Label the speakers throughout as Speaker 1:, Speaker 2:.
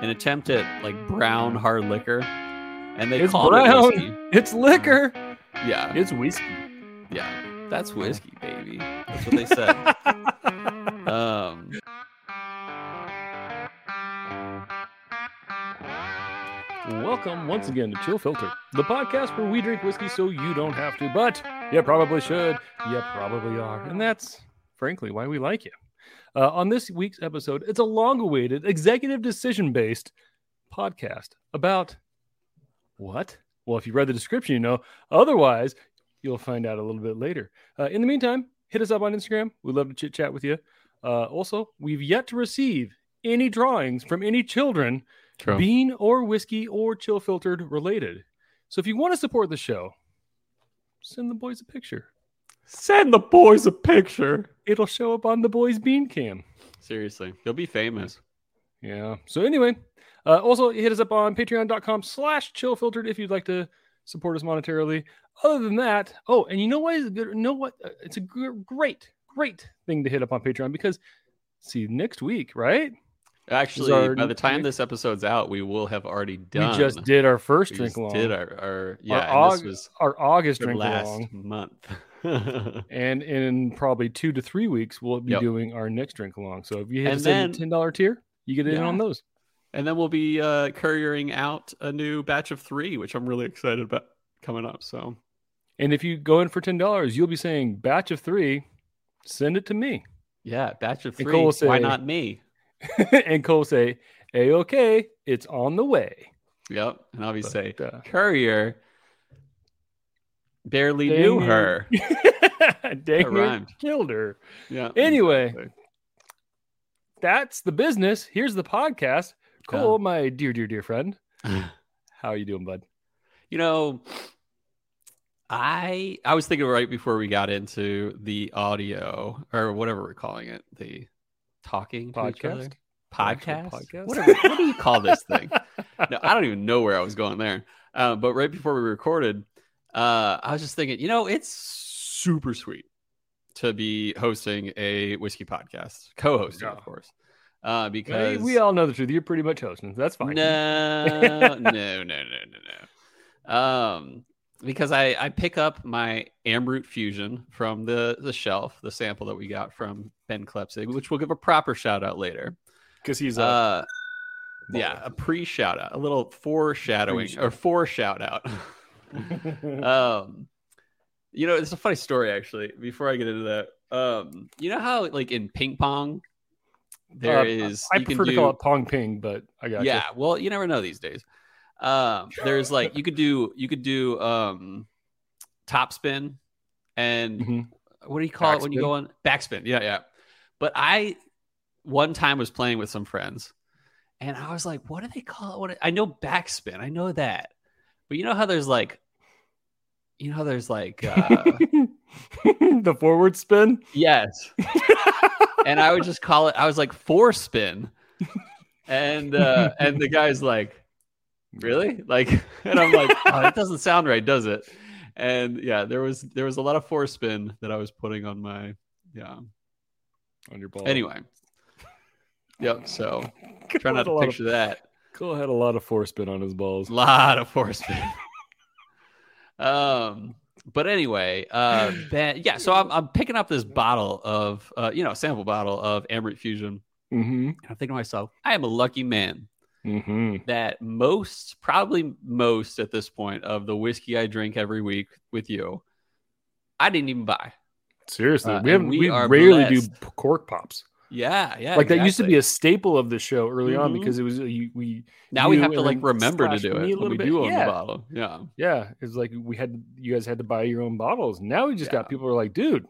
Speaker 1: an attempt at like brown hard liquor, and they
Speaker 2: It's
Speaker 1: called
Speaker 2: brown.
Speaker 1: it whiskey.
Speaker 2: It's liquor.
Speaker 1: Yeah,
Speaker 2: It's whiskey.
Speaker 1: yeah, that's whiskey, baby. That's what they said. um,
Speaker 2: Welcome once again to Chill Filter, the podcast where we drink whiskey so you don't have to, but you probably should. You probably are. And that's, frankly, why we like you. Uh, on this week's episode, it's a long awaited executive decision based podcast about what? Well, if you read the description, you know. Otherwise, you'll find out a little bit later. Uh, in the meantime, hit us up on Instagram. We'd love to chit chat with you. Uh, also, we've yet to receive any drawings from any children
Speaker 1: True.
Speaker 2: bean or whiskey or chill filtered related. So if you want to support the show, send the boys a picture.
Speaker 1: Send the boys a picture.
Speaker 2: It'll show up on the boys' bean cam.
Speaker 1: Seriously, you'll be famous.
Speaker 2: Yeah. So anyway, uh, also hit us up on patreon.com slash chillfiltered if you'd like to support us monetarily. Other than that, oh, and you know what is a good, know what? uh, It's a gr- great, great thing to hit up on Patreon because see next week, right?
Speaker 1: Actually,
Speaker 2: our
Speaker 1: by the time
Speaker 2: drink-
Speaker 1: this episode's out, we will have already done.
Speaker 2: We just did our first
Speaker 1: We
Speaker 2: drink
Speaker 1: just
Speaker 2: along,
Speaker 1: did our, our yeah. and
Speaker 2: Aug-
Speaker 1: this was
Speaker 2: our August
Speaker 1: the
Speaker 2: drink
Speaker 1: last
Speaker 2: along.
Speaker 1: month.
Speaker 2: And in probably two to three weeks, we'll be
Speaker 1: Yep.
Speaker 2: doing our next drink along. So if you hit
Speaker 1: And
Speaker 2: us in the
Speaker 1: then-
Speaker 2: ten dollar tier, you get in
Speaker 1: Yeah.
Speaker 2: on those.
Speaker 1: And then we'll be uh, couriering out a new batch of three, which I'm really excited about coming up. So
Speaker 2: And if you go in for ten dollars, you'll be saying batch of three, send it to me.
Speaker 1: yeah, batch of
Speaker 2: And
Speaker 1: three.
Speaker 2: Cole will
Speaker 1: Why
Speaker 2: say-
Speaker 1: not me?
Speaker 2: and Cole say, "A okay, it's on the way."
Speaker 1: Yep. And I'll be
Speaker 2: But,
Speaker 1: say
Speaker 2: uh,
Speaker 1: courier barely
Speaker 2: Dang
Speaker 1: knew
Speaker 2: it.
Speaker 1: her.
Speaker 2: dang near
Speaker 1: rhymed.
Speaker 2: killed her.
Speaker 1: Yeah.
Speaker 2: Anyway,
Speaker 1: exactly.
Speaker 2: that's the business. Here's the podcast.
Speaker 1: Yeah.
Speaker 2: Cole, my dear, dear, dear friend, how are you doing, bud?
Speaker 1: you know, I I was thinking right before we got into the audio or whatever we're calling it, the talking to each other.
Speaker 2: Podcast.
Speaker 1: podcast,
Speaker 2: Actual podcast?
Speaker 1: Whatever, what do you call this thing no i don't even know where i was going there uh, but right before we recorded uh, i was just thinking you know it's super sweet to be hosting a whiskey podcast co-hosting
Speaker 2: Yeah.
Speaker 1: of course uh, because
Speaker 2: Hey, we all know the truth. You're pretty much hosting. That's fine.
Speaker 1: no, no, no, no, no, no. Um, because I I pick up my Amroot Fusion from the the shelf, the sample that we got from Ben Klepsig, which we'll give a proper shout out later.
Speaker 2: because he's a
Speaker 1: Uh, yeah, a pre shout out, a little foreshadowing or foreshout out. um, you know, it's a funny story actually. Before I get into that, um, you know how like in ping pong,
Speaker 2: Uh,
Speaker 1: there is
Speaker 2: I
Speaker 1: you can
Speaker 2: prefer to
Speaker 1: do-
Speaker 2: call it pong ping, but I got
Speaker 1: yeah well you never know these days um there's like you could do you could do um top spin and what do you call it when you go on backspin yeah yeah but i one time was playing with some friends and i was like what do they call it what i know backspin i know that but you know how there's like you know how there's like uh
Speaker 2: you. the forward spin.
Speaker 1: Yes. and I would just call it, I was like, four spin. And uh and the guy's like, Really? Like and I'm like, oh, that doesn't sound right, does it? And yeah, there was there was a lot of four spin that I was putting on my yeah.
Speaker 2: On your ball.
Speaker 1: Anyway. Yep, so
Speaker 2: Cole
Speaker 1: try not
Speaker 2: had a
Speaker 1: to
Speaker 2: lot of-
Speaker 1: picture that.
Speaker 2: Cole had a lot of four spin on his balls.
Speaker 1: A lot of force feeding. um, but anyway, uh, Ben, yeah. So I'm, I'm picking up this bottle of, uh, you know, a sample bottle of Amrit Fusion,
Speaker 2: Mm-hmm.
Speaker 1: and I'm thinking to myself, I am a lucky man
Speaker 2: Mm-hmm.
Speaker 1: that most, probably most at this point of the whiskey I drink every week with you, I didn't even buy.
Speaker 2: Seriously,
Speaker 1: Uh, and
Speaker 2: we haven't.
Speaker 1: we
Speaker 2: We,
Speaker 1: are
Speaker 2: rarely do
Speaker 1: blessed.
Speaker 2: p- cork pops.
Speaker 1: Yeah, yeah.
Speaker 2: like that used to
Speaker 1: exactly.
Speaker 2: be a staple of the show early on
Speaker 1: Mhm.
Speaker 2: because it was you, we.
Speaker 1: now we
Speaker 2: you
Speaker 1: have to
Speaker 2: and
Speaker 1: like
Speaker 2: then
Speaker 1: remember to
Speaker 2: slash
Speaker 1: do
Speaker 2: me a
Speaker 1: it
Speaker 2: little
Speaker 1: when we
Speaker 2: bit.
Speaker 1: do own
Speaker 2: Yeah.
Speaker 1: the bottle. Yeah,
Speaker 2: Yeah, it was like we had you guys had to buy your own bottles. Now we just
Speaker 1: Yeah.
Speaker 2: got people who are like, dude,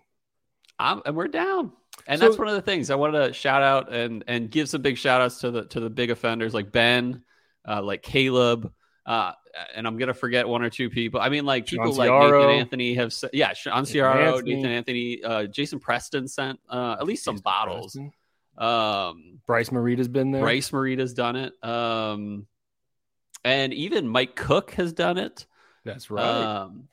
Speaker 1: I'm, and we're down. And
Speaker 2: So-
Speaker 1: that's one of the things I wanted to shout out and and give some big shout outs to the to the big offenders like Ben, uh, like Caleb, uh, and I'm gonna forget one or two people. I mean, like people
Speaker 2: Sean
Speaker 1: like
Speaker 2: Ciaro.
Speaker 1: Nathan Anthony have s- yeah, Sean Ciaro,
Speaker 2: Anthony.
Speaker 1: Nathan Anthony, uh, Jason Preston sent uh, at least some
Speaker 2: Jason
Speaker 1: bottles.
Speaker 2: Preston.
Speaker 1: Um,
Speaker 2: Bryce Marita's been there.
Speaker 1: Bryce Marita's done it, um, and even Mike Cook has done it.
Speaker 2: That's right.
Speaker 1: Um,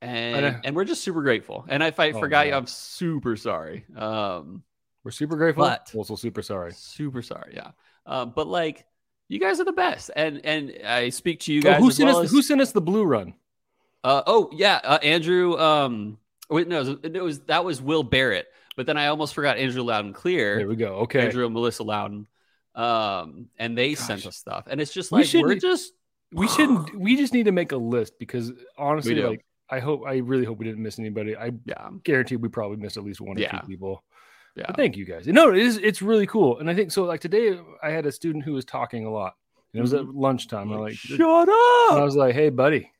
Speaker 1: and
Speaker 2: know.
Speaker 1: and we're just super grateful. And if I
Speaker 2: Oh,
Speaker 1: forgot you,
Speaker 2: man.
Speaker 1: I'm super sorry. Um,
Speaker 2: We're super grateful.
Speaker 1: but-
Speaker 2: also super sorry.
Speaker 1: super sorry. Yeah. Uh, but like, You guys are the best, and and I speak to you
Speaker 2: Oh,
Speaker 1: guys.
Speaker 2: who
Speaker 1: as
Speaker 2: sent
Speaker 1: well
Speaker 2: us?
Speaker 1: as-
Speaker 2: Who sent us the blue run?
Speaker 1: Uh, oh yeah, uh, Andrew. Um, wait, no, it was, it was that was Will Barrett, but then I almost forgot Andrew Loud and Clear.
Speaker 2: There we go. Okay,
Speaker 1: Andrew and Melissa Loudon, um, and they
Speaker 2: Gosh.
Speaker 1: sent us stuff, and it's just
Speaker 2: We
Speaker 1: like
Speaker 2: should-
Speaker 1: we're just
Speaker 2: we shouldn't. We just need to make a list because honestly,
Speaker 1: do.
Speaker 2: like I hope I really hope we didn't miss anybody. I
Speaker 1: yeah Mm,
Speaker 2: guarantee we probably missed at least one or
Speaker 1: Yeah.
Speaker 2: two people.
Speaker 1: yeah
Speaker 2: But thank you guys. No, it is it's really cool. And I think so like today I had a student who was talking a lot. And it was at lunchtime. and I like
Speaker 1: shut
Speaker 2: and I
Speaker 1: up.
Speaker 2: was like, hey buddy,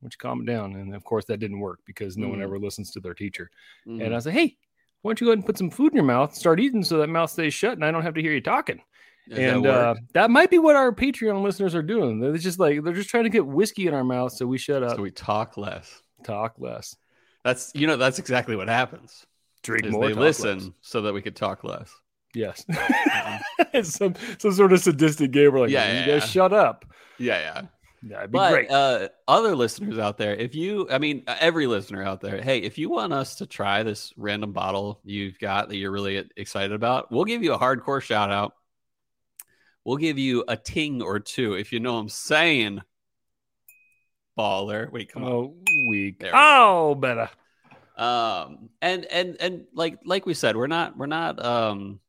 Speaker 2: would you calm down? And of course that didn't work because no one
Speaker 1: Mhm.
Speaker 2: ever listens to their teacher.
Speaker 1: Mhm.
Speaker 2: And I was like, hey, why don't you go ahead and put some food in your mouth, and start eating so that mouth stays shut and I don't have to hear you talking.
Speaker 1: Does that
Speaker 2: and
Speaker 1: work?
Speaker 2: uh, that might be what our Patreon listeners are doing. They're just like they're just trying to get whiskey in our mouth so we shut up,
Speaker 1: so we talk less.
Speaker 2: talk less,
Speaker 1: That's you know that's exactly what happens.
Speaker 2: drink
Speaker 1: Is
Speaker 2: more.
Speaker 1: they
Speaker 2: talk
Speaker 1: listen
Speaker 2: less.
Speaker 1: so that we could talk less.
Speaker 2: Yes.
Speaker 1: Mm-hmm.
Speaker 2: It's some some sort of sadistic game where like
Speaker 1: Yeah,
Speaker 2: you
Speaker 1: yeah,
Speaker 2: guys
Speaker 1: yeah.
Speaker 2: shut up.
Speaker 1: Yeah, yeah.
Speaker 2: That'd be
Speaker 1: But
Speaker 2: great.
Speaker 1: uh, other listeners out there, if you, I mean, uh, every listener out there, hey, if you want us to try this random bottle you've got that you're really excited about, we'll give you a hardcore shout out. We'll give you a ting or two if you know what I'm saying. Baller, wait, come on.
Speaker 2: oh, weak.
Speaker 1: There we
Speaker 2: Oh, better.
Speaker 1: um and and and like like we said we're not we're not um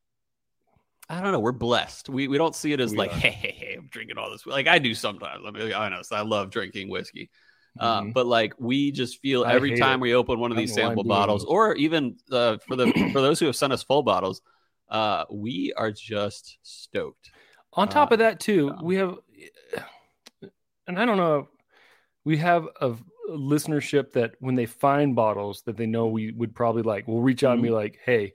Speaker 1: i don't know we're blessed we we don't see it as
Speaker 2: We
Speaker 1: like
Speaker 2: are.
Speaker 1: hey hey hey i'm drinking all this like i do sometimes let me be honest i love drinking whiskey um
Speaker 2: Mhm.
Speaker 1: but like we just feel
Speaker 2: I
Speaker 1: every
Speaker 2: hate
Speaker 1: time
Speaker 2: it.
Speaker 1: we open one of
Speaker 2: I
Speaker 1: these
Speaker 2: don't know why I'm
Speaker 1: sample
Speaker 2: doing
Speaker 1: bottles
Speaker 2: this.
Speaker 1: or even uh for the for those who have sent us full bottles uh we are just stoked
Speaker 2: On top of that, too,
Speaker 1: yeah.
Speaker 2: we have, and I don't know, we have a v- listenership that when they find bottles that they know we would probably like, will reach out and be like, "Hey,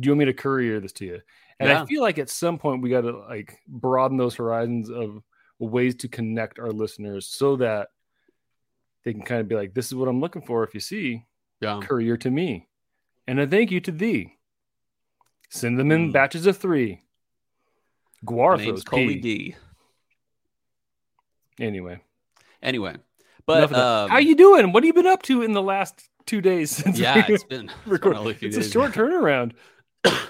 Speaker 2: do you want me to courier this to you?" And I
Speaker 1: Yeah.
Speaker 2: feel like at some point we got to like broaden those horizons of ways to connect our listeners so that they can kind of be like, "This is what I'm looking for." If you see,
Speaker 1: yeah
Speaker 2: courier to me, and a thank you to thee. Send them in
Speaker 1: Mm.
Speaker 2: batches of three.
Speaker 1: My
Speaker 2: Guarthos
Speaker 1: name's Coley
Speaker 2: P.
Speaker 1: d
Speaker 2: Anyway,
Speaker 1: anyway but
Speaker 2: enough of that.
Speaker 1: um,
Speaker 2: how you doing? What have you been up to in the last two days since?
Speaker 1: yeah
Speaker 2: we
Speaker 1: it's been it's, been
Speaker 2: record-
Speaker 1: only a few
Speaker 2: it's a
Speaker 1: days.
Speaker 2: short turnaround.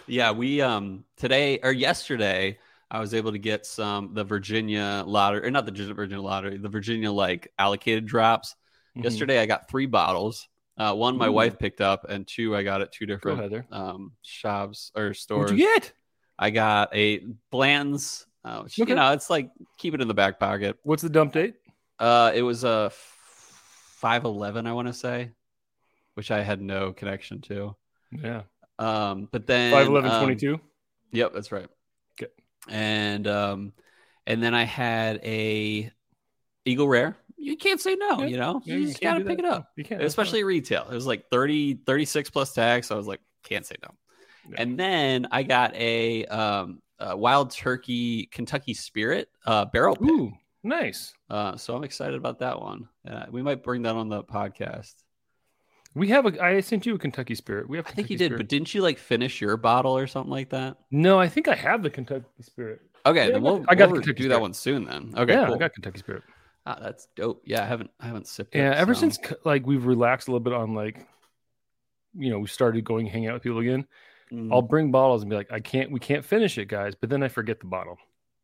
Speaker 1: yeah we um today or yesterday i was able to get some the virginia lottery or not the virginia lottery the virginia like allocated drops
Speaker 2: Mhm.
Speaker 1: yesterday i got three bottles uh one my
Speaker 2: Ooh.
Speaker 1: wife picked up and two i got at two
Speaker 2: Mm-hmm. Go
Speaker 1: different
Speaker 2: Heather.
Speaker 1: um shops or
Speaker 2: What'd
Speaker 1: stores
Speaker 2: you get?
Speaker 1: i got a bland's uh, which,
Speaker 2: Okay.
Speaker 1: you know it's like keep it in the back pocket
Speaker 2: What's the dump date?
Speaker 1: uh it was a 511 i want to say which i had no connection to
Speaker 2: Yeah,
Speaker 1: um but then
Speaker 2: five eleven
Speaker 1: um,
Speaker 2: twenty two.
Speaker 1: Yep, that's right.
Speaker 2: Okay.
Speaker 1: And um, and then I had a Eagle Rare. You can't say no.
Speaker 2: Yeah.
Speaker 1: You know, you, just gotta pick it up,
Speaker 2: You can't, that's fine.
Speaker 1: especially retail. It was like 30, 36 plus tax. I was like, can't say no.
Speaker 2: No.
Speaker 1: And then I got a um a Wild Turkey Kentucky Spirit uh, barrel pick.
Speaker 2: Ooh, nice.
Speaker 1: Uh, so I'm excited about that one. Uh, we might bring that on the podcast.
Speaker 2: We have a. I sent you a Kentucky Spirit. We have.
Speaker 1: I think
Speaker 2: Kentucky
Speaker 1: you did,
Speaker 2: Spirit.
Speaker 1: but didn't you like finish your bottle or something like that?
Speaker 2: no, I think I have the Kentucky Spirit.
Speaker 1: Okay,
Speaker 2: Yeah, I
Speaker 1: then
Speaker 2: got-
Speaker 1: we'll,
Speaker 2: I got the
Speaker 1: we'll
Speaker 2: Kentucky
Speaker 1: do
Speaker 2: Spirit.
Speaker 1: that one soon then. Okay,
Speaker 2: yeah,
Speaker 1: cool.
Speaker 2: I got Kentucky Spirit.
Speaker 1: Ah, that's dope. Yeah, I haven't I haven't sipped.
Speaker 2: Yeah,
Speaker 1: it,
Speaker 2: ever
Speaker 1: so-
Speaker 2: since c- like we've relaxed a little bit on like, you know, we started going hang out with people again.
Speaker 1: Mm.
Speaker 2: I'll bring bottles and be like, I can't, we can't finish it, guys. But then I forget the bottle.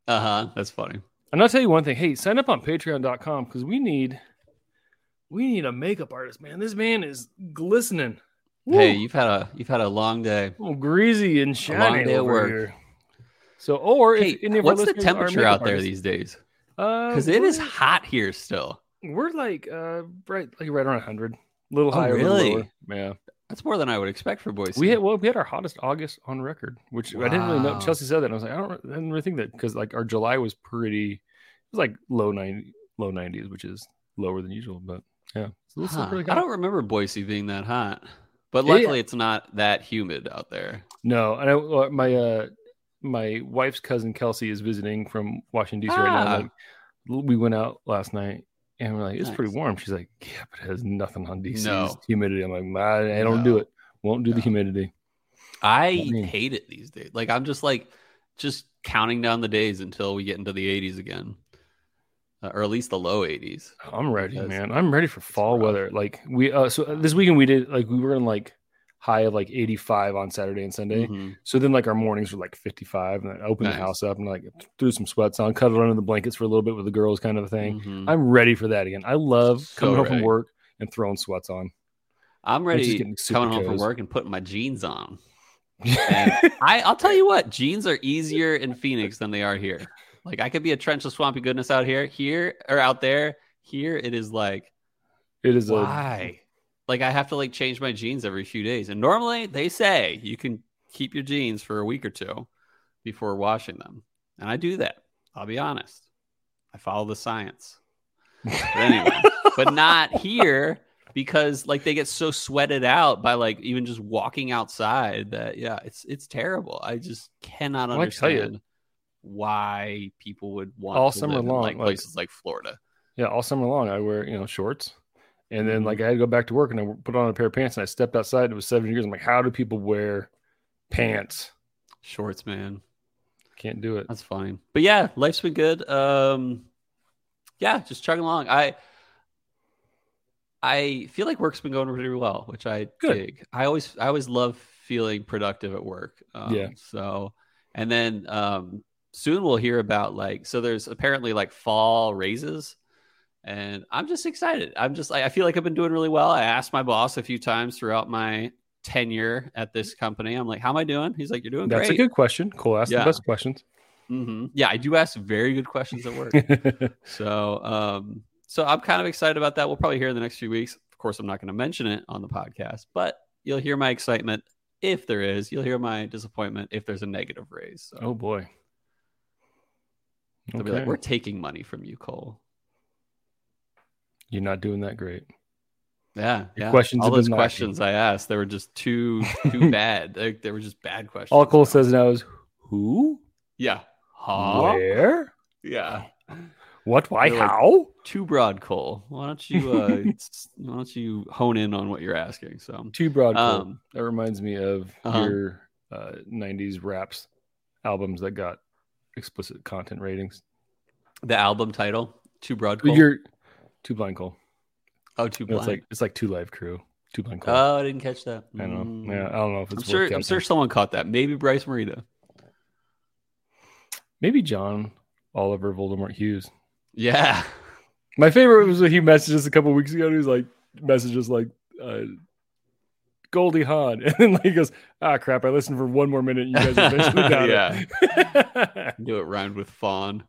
Speaker 1: uh-huh. That's funny.
Speaker 2: And I'll tell you one thing. Hey, sign up on Patreon.com because we need, we need a makeup artist, man. This man is glistening.
Speaker 1: Hey,
Speaker 2: Woo!
Speaker 1: you've had a you've had a long day.
Speaker 2: Oh, greasy and shiny
Speaker 1: day at
Speaker 2: over
Speaker 1: work.
Speaker 2: here. So, or
Speaker 1: Hey,
Speaker 2: if any of our
Speaker 1: what's the
Speaker 2: listeners are
Speaker 1: temperature
Speaker 2: makeup
Speaker 1: out there
Speaker 2: artists,
Speaker 1: these days?
Speaker 2: uh,
Speaker 1: Because it is
Speaker 2: we're-
Speaker 1: hot here still.
Speaker 2: We're like, uh, right, like right around hundred. A little
Speaker 1: Oh,
Speaker 2: higher, a little
Speaker 1: really?
Speaker 2: lower. Yeah.
Speaker 1: That's more than I would expect for Boise.
Speaker 2: We had well, we had our hottest August on record, which I didn't really know.
Speaker 1: Wow.
Speaker 2: Chelsea said that, and I was like, I don't, I didn't really think that because like our July was pretty, it was like low ninety, low nineties, which is lower than usual, but yeah, it's still
Speaker 1: Huh.
Speaker 2: pretty
Speaker 1: I
Speaker 2: hot.
Speaker 1: don't remember Boise being that hot. But
Speaker 2: Yeah.
Speaker 1: luckily it's not that humid out there.
Speaker 2: No, and I, uh, my uh, my wife's cousin Kelsey is visiting from Washington D.C. right now.
Speaker 1: Ah.
Speaker 2: and, Like, we went out last night. And we're like, it's pretty
Speaker 1: Nice.
Speaker 2: warm. She's like, yeah, but it has nothing on DC's
Speaker 1: No.
Speaker 2: humidity. I'm like, I, I don't do
Speaker 1: No.
Speaker 2: it. Won't do the
Speaker 1: No.
Speaker 2: humidity.
Speaker 1: I
Speaker 2: mean-
Speaker 1: hate it these days. Like I'm just like just counting down the days until we get into the 80s again. Uh, or at least the low 80s.
Speaker 2: I'm ready,
Speaker 1: That's-
Speaker 2: man. I'm ready for fall
Speaker 1: rough.
Speaker 2: uh, weather. Like we uh so this weekend we did like we were in like high of like 85 on Saturday and Sunday.
Speaker 1: Mhm.
Speaker 2: So then like our mornings were like 55 and I opened
Speaker 1: Nice.
Speaker 2: the house up and like threw some sweats on, cuddled under the blankets for a little bit with the girls kind of a thing.
Speaker 1: Mhm.
Speaker 2: I'm ready for that again. I love
Speaker 1: So
Speaker 2: coming home from
Speaker 1: ready.
Speaker 2: work and throwing sweats on.
Speaker 1: I'm ready
Speaker 2: getting
Speaker 1: coming
Speaker 2: super
Speaker 1: home from
Speaker 2: cozy.
Speaker 1: work and putting my jeans on. And I, I'll tell you what, jeans are easier in Phoenix than they are here. Like I could be a trench of swampy goodness out here, here or out there. Here it is like
Speaker 2: it is a
Speaker 1: why? Like I have to like change my jeans every few days. And normally they say you can keep your jeans for a week or two before washing them. And I do that. I'll be honest. I follow the science. But anyway, but not here because like they get so sweated out by like even just walking outside that yeah, it's it's terrible. I just cannot
Speaker 2: Well, I tell you-
Speaker 1: understand why people would want
Speaker 2: All
Speaker 1: to
Speaker 2: summer
Speaker 1: live in,
Speaker 2: long,
Speaker 1: like
Speaker 2: like-
Speaker 1: places like Florida.
Speaker 2: yeah, all summer long I wear, you know, shorts. And then
Speaker 1: Mhm.
Speaker 2: like I had to go back to work and I put on a pair of pants and I stepped outside and it was 70 degrees. I'm like, how do people wear pants?
Speaker 1: Shorts, man.
Speaker 2: Can't do it.
Speaker 1: That's fine. But yeah, life's been good. Um yeah, just chugging along. I I feel like work's been going pretty well, which I
Speaker 2: Good.
Speaker 1: dig. I always I always love feeling productive at work. Um,
Speaker 2: Yeah.
Speaker 1: So and then um soon we'll hear about like so there's apparently like fall raises and I'm just excited. I'm just like I feel like I've been doing really well. I asked my boss a few times throughout my tenure at this company. I'm like, "How am I doing?" He's like, "You're doing
Speaker 2: Mm-hmm. That's
Speaker 1: Oh, great."
Speaker 2: a good question. Cole asked
Speaker 1: Yeah.
Speaker 2: the best questions. Mm-hmm.
Speaker 1: hmm Yeah, I do ask very good questions at work. so, um, so I'm kind of excited about that. We'll probably hear in the next few weeks. Of course, I'm not going to mention it on the podcast, but you'll hear my excitement if there is. You'll hear my disappointment if there's a negative raise. So
Speaker 2: oh boy.
Speaker 1: they'll be like, "We're taking money from you, Cole."
Speaker 2: You're not doing that great.
Speaker 1: Yeah,
Speaker 2: Your
Speaker 1: yeah.
Speaker 2: questions
Speaker 1: All
Speaker 2: have been
Speaker 1: those
Speaker 2: lacking.
Speaker 1: questions I asked, they were just too too bad. They, they were just bad questions.
Speaker 2: All Cole says now is who?
Speaker 1: yeah, huh?
Speaker 2: Where?
Speaker 1: Yeah,
Speaker 2: What? Why?
Speaker 1: They're like-
Speaker 2: how?
Speaker 1: too broad, Cole. Why don't you uh, s- why don't you hone in on what you're asking? So
Speaker 2: Too broad. Cole.
Speaker 1: Um,
Speaker 2: that reminds me of
Speaker 1: uh-huh.
Speaker 2: your uh, '90s raps albums that got explicit content ratings.
Speaker 1: the album title too broad cold
Speaker 2: You're too blind, Cole.
Speaker 1: oh too
Speaker 2: No,
Speaker 1: blind
Speaker 2: It's like it's like Two Live Crew. Too blind, Cole.
Speaker 1: oh i didn't catch that
Speaker 2: I
Speaker 1: Mm.
Speaker 2: don't know. Yeah, I don't know if
Speaker 1: i'm
Speaker 2: it's
Speaker 1: sure
Speaker 2: worth
Speaker 1: i'm
Speaker 2: counting.
Speaker 1: sure someone caught that maybe bryce marita
Speaker 2: Maybe John Oliver Voldemort Hughes.
Speaker 1: yeah
Speaker 2: My favorite was when he messaged us a couple weeks ago. And he was like, messaged us like, uh, Goldie Hawn, and then like he goes, ah, crap! I listened for one more minute. And you guys eventually got it.
Speaker 1: knew it rhymed with fawn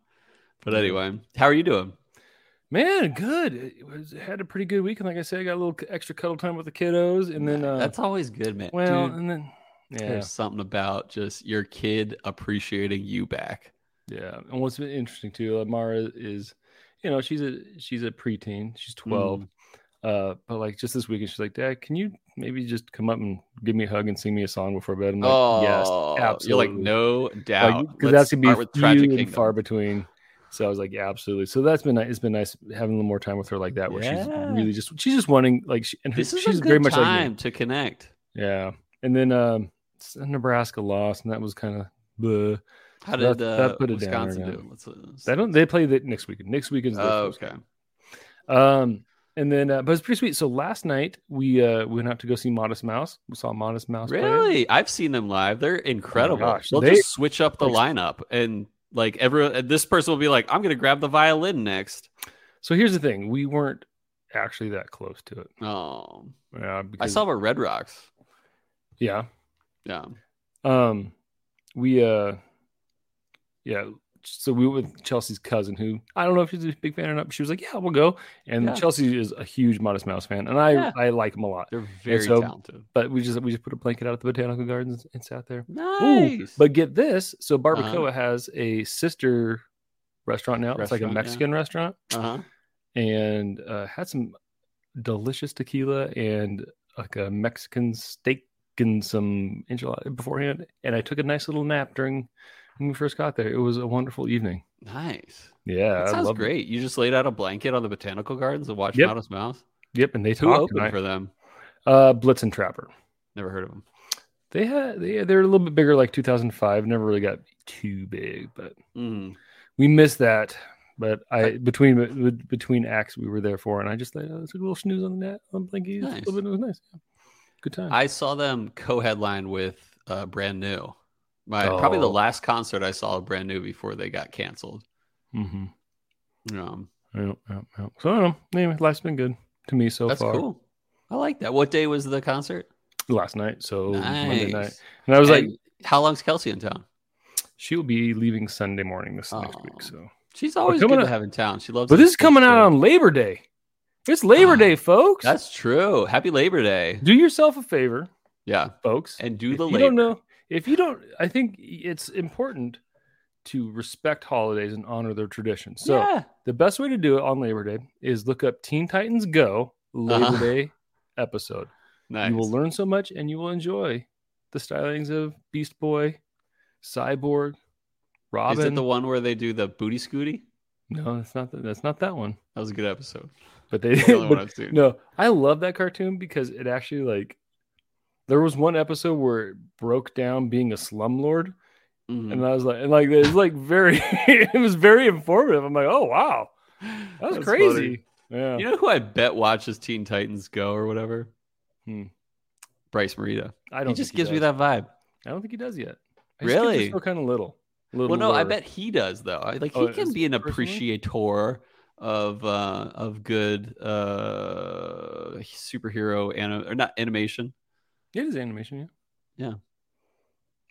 Speaker 1: but anyway how are you doing
Speaker 2: Man, good. It was, had a pretty good weekend. Like I said, I got a little extra cuddle time with the kiddos, and then uh,
Speaker 1: that's always good man
Speaker 2: well,
Speaker 1: Dude,
Speaker 2: and then yeah,
Speaker 1: there's something about just your kid appreciating you back
Speaker 2: yeah. And what's been interesting too, uh, Mara is, you know, she's a she's a preteen. She's twelve.
Speaker 1: Mm-hmm.
Speaker 2: Uh, but like just this weekend, she's like, Dad, can you maybe just come up and give me a hug and sing me a song before bed? I'm like,
Speaker 1: oh
Speaker 2: Yes,
Speaker 1: you're
Speaker 2: absolutely.
Speaker 1: like no doubt
Speaker 2: because
Speaker 1: Let's
Speaker 2: that's gonna be
Speaker 1: start
Speaker 2: few
Speaker 1: Tragic
Speaker 2: and
Speaker 1: Kingdom.
Speaker 2: far between. So I was like, yeah, absolutely. So that's been nice. It's been nice having a little more time with her like that, where she's
Speaker 1: Yeah.
Speaker 2: really just she's just wanting like she, and her,
Speaker 1: this is
Speaker 2: she's
Speaker 1: a
Speaker 2: very
Speaker 1: good
Speaker 2: much
Speaker 1: time
Speaker 2: like
Speaker 1: to connect
Speaker 2: me. yeah. And then um, s- Nebraska lost, and that was kind of bleh.
Speaker 1: how
Speaker 2: That-
Speaker 1: did uh,
Speaker 2: that put it down
Speaker 1: wisconsin
Speaker 2: right
Speaker 1: do
Speaker 2: now.
Speaker 1: Let's- let's-
Speaker 2: They don't. They play that next weekend. Next weekend's their
Speaker 1: oh,
Speaker 2: first
Speaker 1: okay
Speaker 2: game. Um, and then uh, but it's pretty sweet. So last night we uh we went out to go see Modest Mouse. We saw Modest Mouse. play.
Speaker 1: Really? I've seen them live. They're incredible.
Speaker 2: Oh gosh,
Speaker 1: They'll
Speaker 2: they-
Speaker 1: just switch up the lineup and like everyone this person will be like, I'm gonna grab the violin next.
Speaker 2: So here's the thing: we weren't actually that close to it.
Speaker 1: Oh.
Speaker 2: Yeah,
Speaker 1: I
Speaker 2: because-
Speaker 1: saw them at Red Rocks.
Speaker 2: Yeah.
Speaker 1: Yeah.
Speaker 2: Um, we uh, yeah. So we went with Chelsea's cousin, who I don't know if she's a big fan or not. But she was like, "Yeah, we'll go." And
Speaker 1: Yeah.
Speaker 2: Chelsea is a huge Modest Mouse fan, and I
Speaker 1: Yeah.
Speaker 2: I like him a lot.
Speaker 1: They're very
Speaker 2: so-
Speaker 1: talented.
Speaker 2: But we just we just put a blanket out at the botanical gardens and sat there.
Speaker 1: Nice.
Speaker 2: But get this, so
Speaker 1: Uh-huh.
Speaker 2: Barbacoa has a sister restaurant now. it's like a
Speaker 1: Restaurant, yeah.
Speaker 2: Mexican restaurant,
Speaker 1: uh-huh.
Speaker 2: and uh, had some delicious tequila and like a Mexican steak and some enchilada beforehand. And I took a nice little nap during when we first got there. It was a wonderful evening.
Speaker 1: nice.
Speaker 2: Yeah,
Speaker 1: That
Speaker 2: I
Speaker 1: sounds
Speaker 2: loved it.
Speaker 1: great. You just laid out a blanket on the botanical gardens and watched
Speaker 2: Yep.
Speaker 1: Modest Mouse.
Speaker 2: Yep, and they
Speaker 1: Who
Speaker 2: talked.
Speaker 1: opened
Speaker 2: and
Speaker 1: for them?
Speaker 2: I- uh, Blitz and Trapper.
Speaker 1: Never heard of them.
Speaker 2: They had they they're a little bit bigger, like 2005. Never really got too big, but
Speaker 1: Mm.
Speaker 2: we missed that. But I between oh, between acts we were there for, and I just laid out, took a little snooze on the net on blankies.
Speaker 1: Nice.
Speaker 2: A little bit, it was nice. Good time.
Speaker 1: I saw them co-headline with uh, Brand New. My
Speaker 2: Oh.
Speaker 1: probably the last concert I saw of Brand New before they got canceled.
Speaker 2: mm-hmm.
Speaker 1: Um,
Speaker 2: Yep, yep, yep. So I don't know. Anyway, life's been good to me so
Speaker 1: that's
Speaker 2: far.
Speaker 1: cool. I like that. What day was the concert?
Speaker 2: Last night, so Monday night,
Speaker 1: Nice.
Speaker 2: and I was like,
Speaker 1: And how long's Kelsey in town?
Speaker 2: she'll be leaving Sunday morning this next week.
Speaker 1: Oh.
Speaker 2: So,
Speaker 1: She's always
Speaker 2: coming
Speaker 1: good to
Speaker 2: up-
Speaker 1: have in town. She loves.
Speaker 2: but
Speaker 1: it.
Speaker 2: this is coming
Speaker 1: That's
Speaker 2: out
Speaker 1: true.
Speaker 2: on Labor Day. It's Labor
Speaker 1: Ah,
Speaker 2: Day, folks.
Speaker 1: That's true. Happy Labor Day.
Speaker 2: Do yourself a favor,
Speaker 1: Yeah,
Speaker 2: folks.
Speaker 1: and do
Speaker 2: if
Speaker 1: the
Speaker 2: you
Speaker 1: labor.
Speaker 2: don't know if you don't i think it's important to respect holidays and honor their traditions so
Speaker 1: yeah.
Speaker 2: the best way to do it on labor day is look up teen titans go labor
Speaker 1: Uh-huh.
Speaker 2: day episode
Speaker 1: nice.
Speaker 2: you will learn so much and you will enjoy the stylings of beast boy cyborg robin
Speaker 1: Is it the one where they do the booty scooty?
Speaker 2: no that's not that that's not that one
Speaker 1: That was a good episode.
Speaker 2: but they
Speaker 1: That's the only
Speaker 2: but-
Speaker 1: one I've seen.
Speaker 2: No, I love that cartoon because it actually like there was one episode where it broke down being a slumlord,
Speaker 1: Mhm.
Speaker 2: and I was like, and like it's like very, it was very informative. I'm like, oh wow, that was
Speaker 1: That's funny.
Speaker 2: crazy. Yeah,
Speaker 1: You know who I bet watches Teen Titans Go or whatever?
Speaker 2: Hmm.
Speaker 1: Bryce Marita.
Speaker 2: I
Speaker 1: He
Speaker 2: don't.
Speaker 1: just
Speaker 2: think
Speaker 1: gives me that
Speaker 2: does.
Speaker 1: vibe.
Speaker 2: I don't think he does yet. I
Speaker 1: Really?
Speaker 2: still kind of little. little.
Speaker 1: Well, no, I
Speaker 2: lower.
Speaker 1: bet he does though. I- Like he
Speaker 2: Oh,
Speaker 1: can
Speaker 2: is-
Speaker 1: be an
Speaker 2: personally?
Speaker 1: appreciator of uh of good uh superhero anim- or not animation.
Speaker 2: it is animation. Yeah,
Speaker 1: Yeah.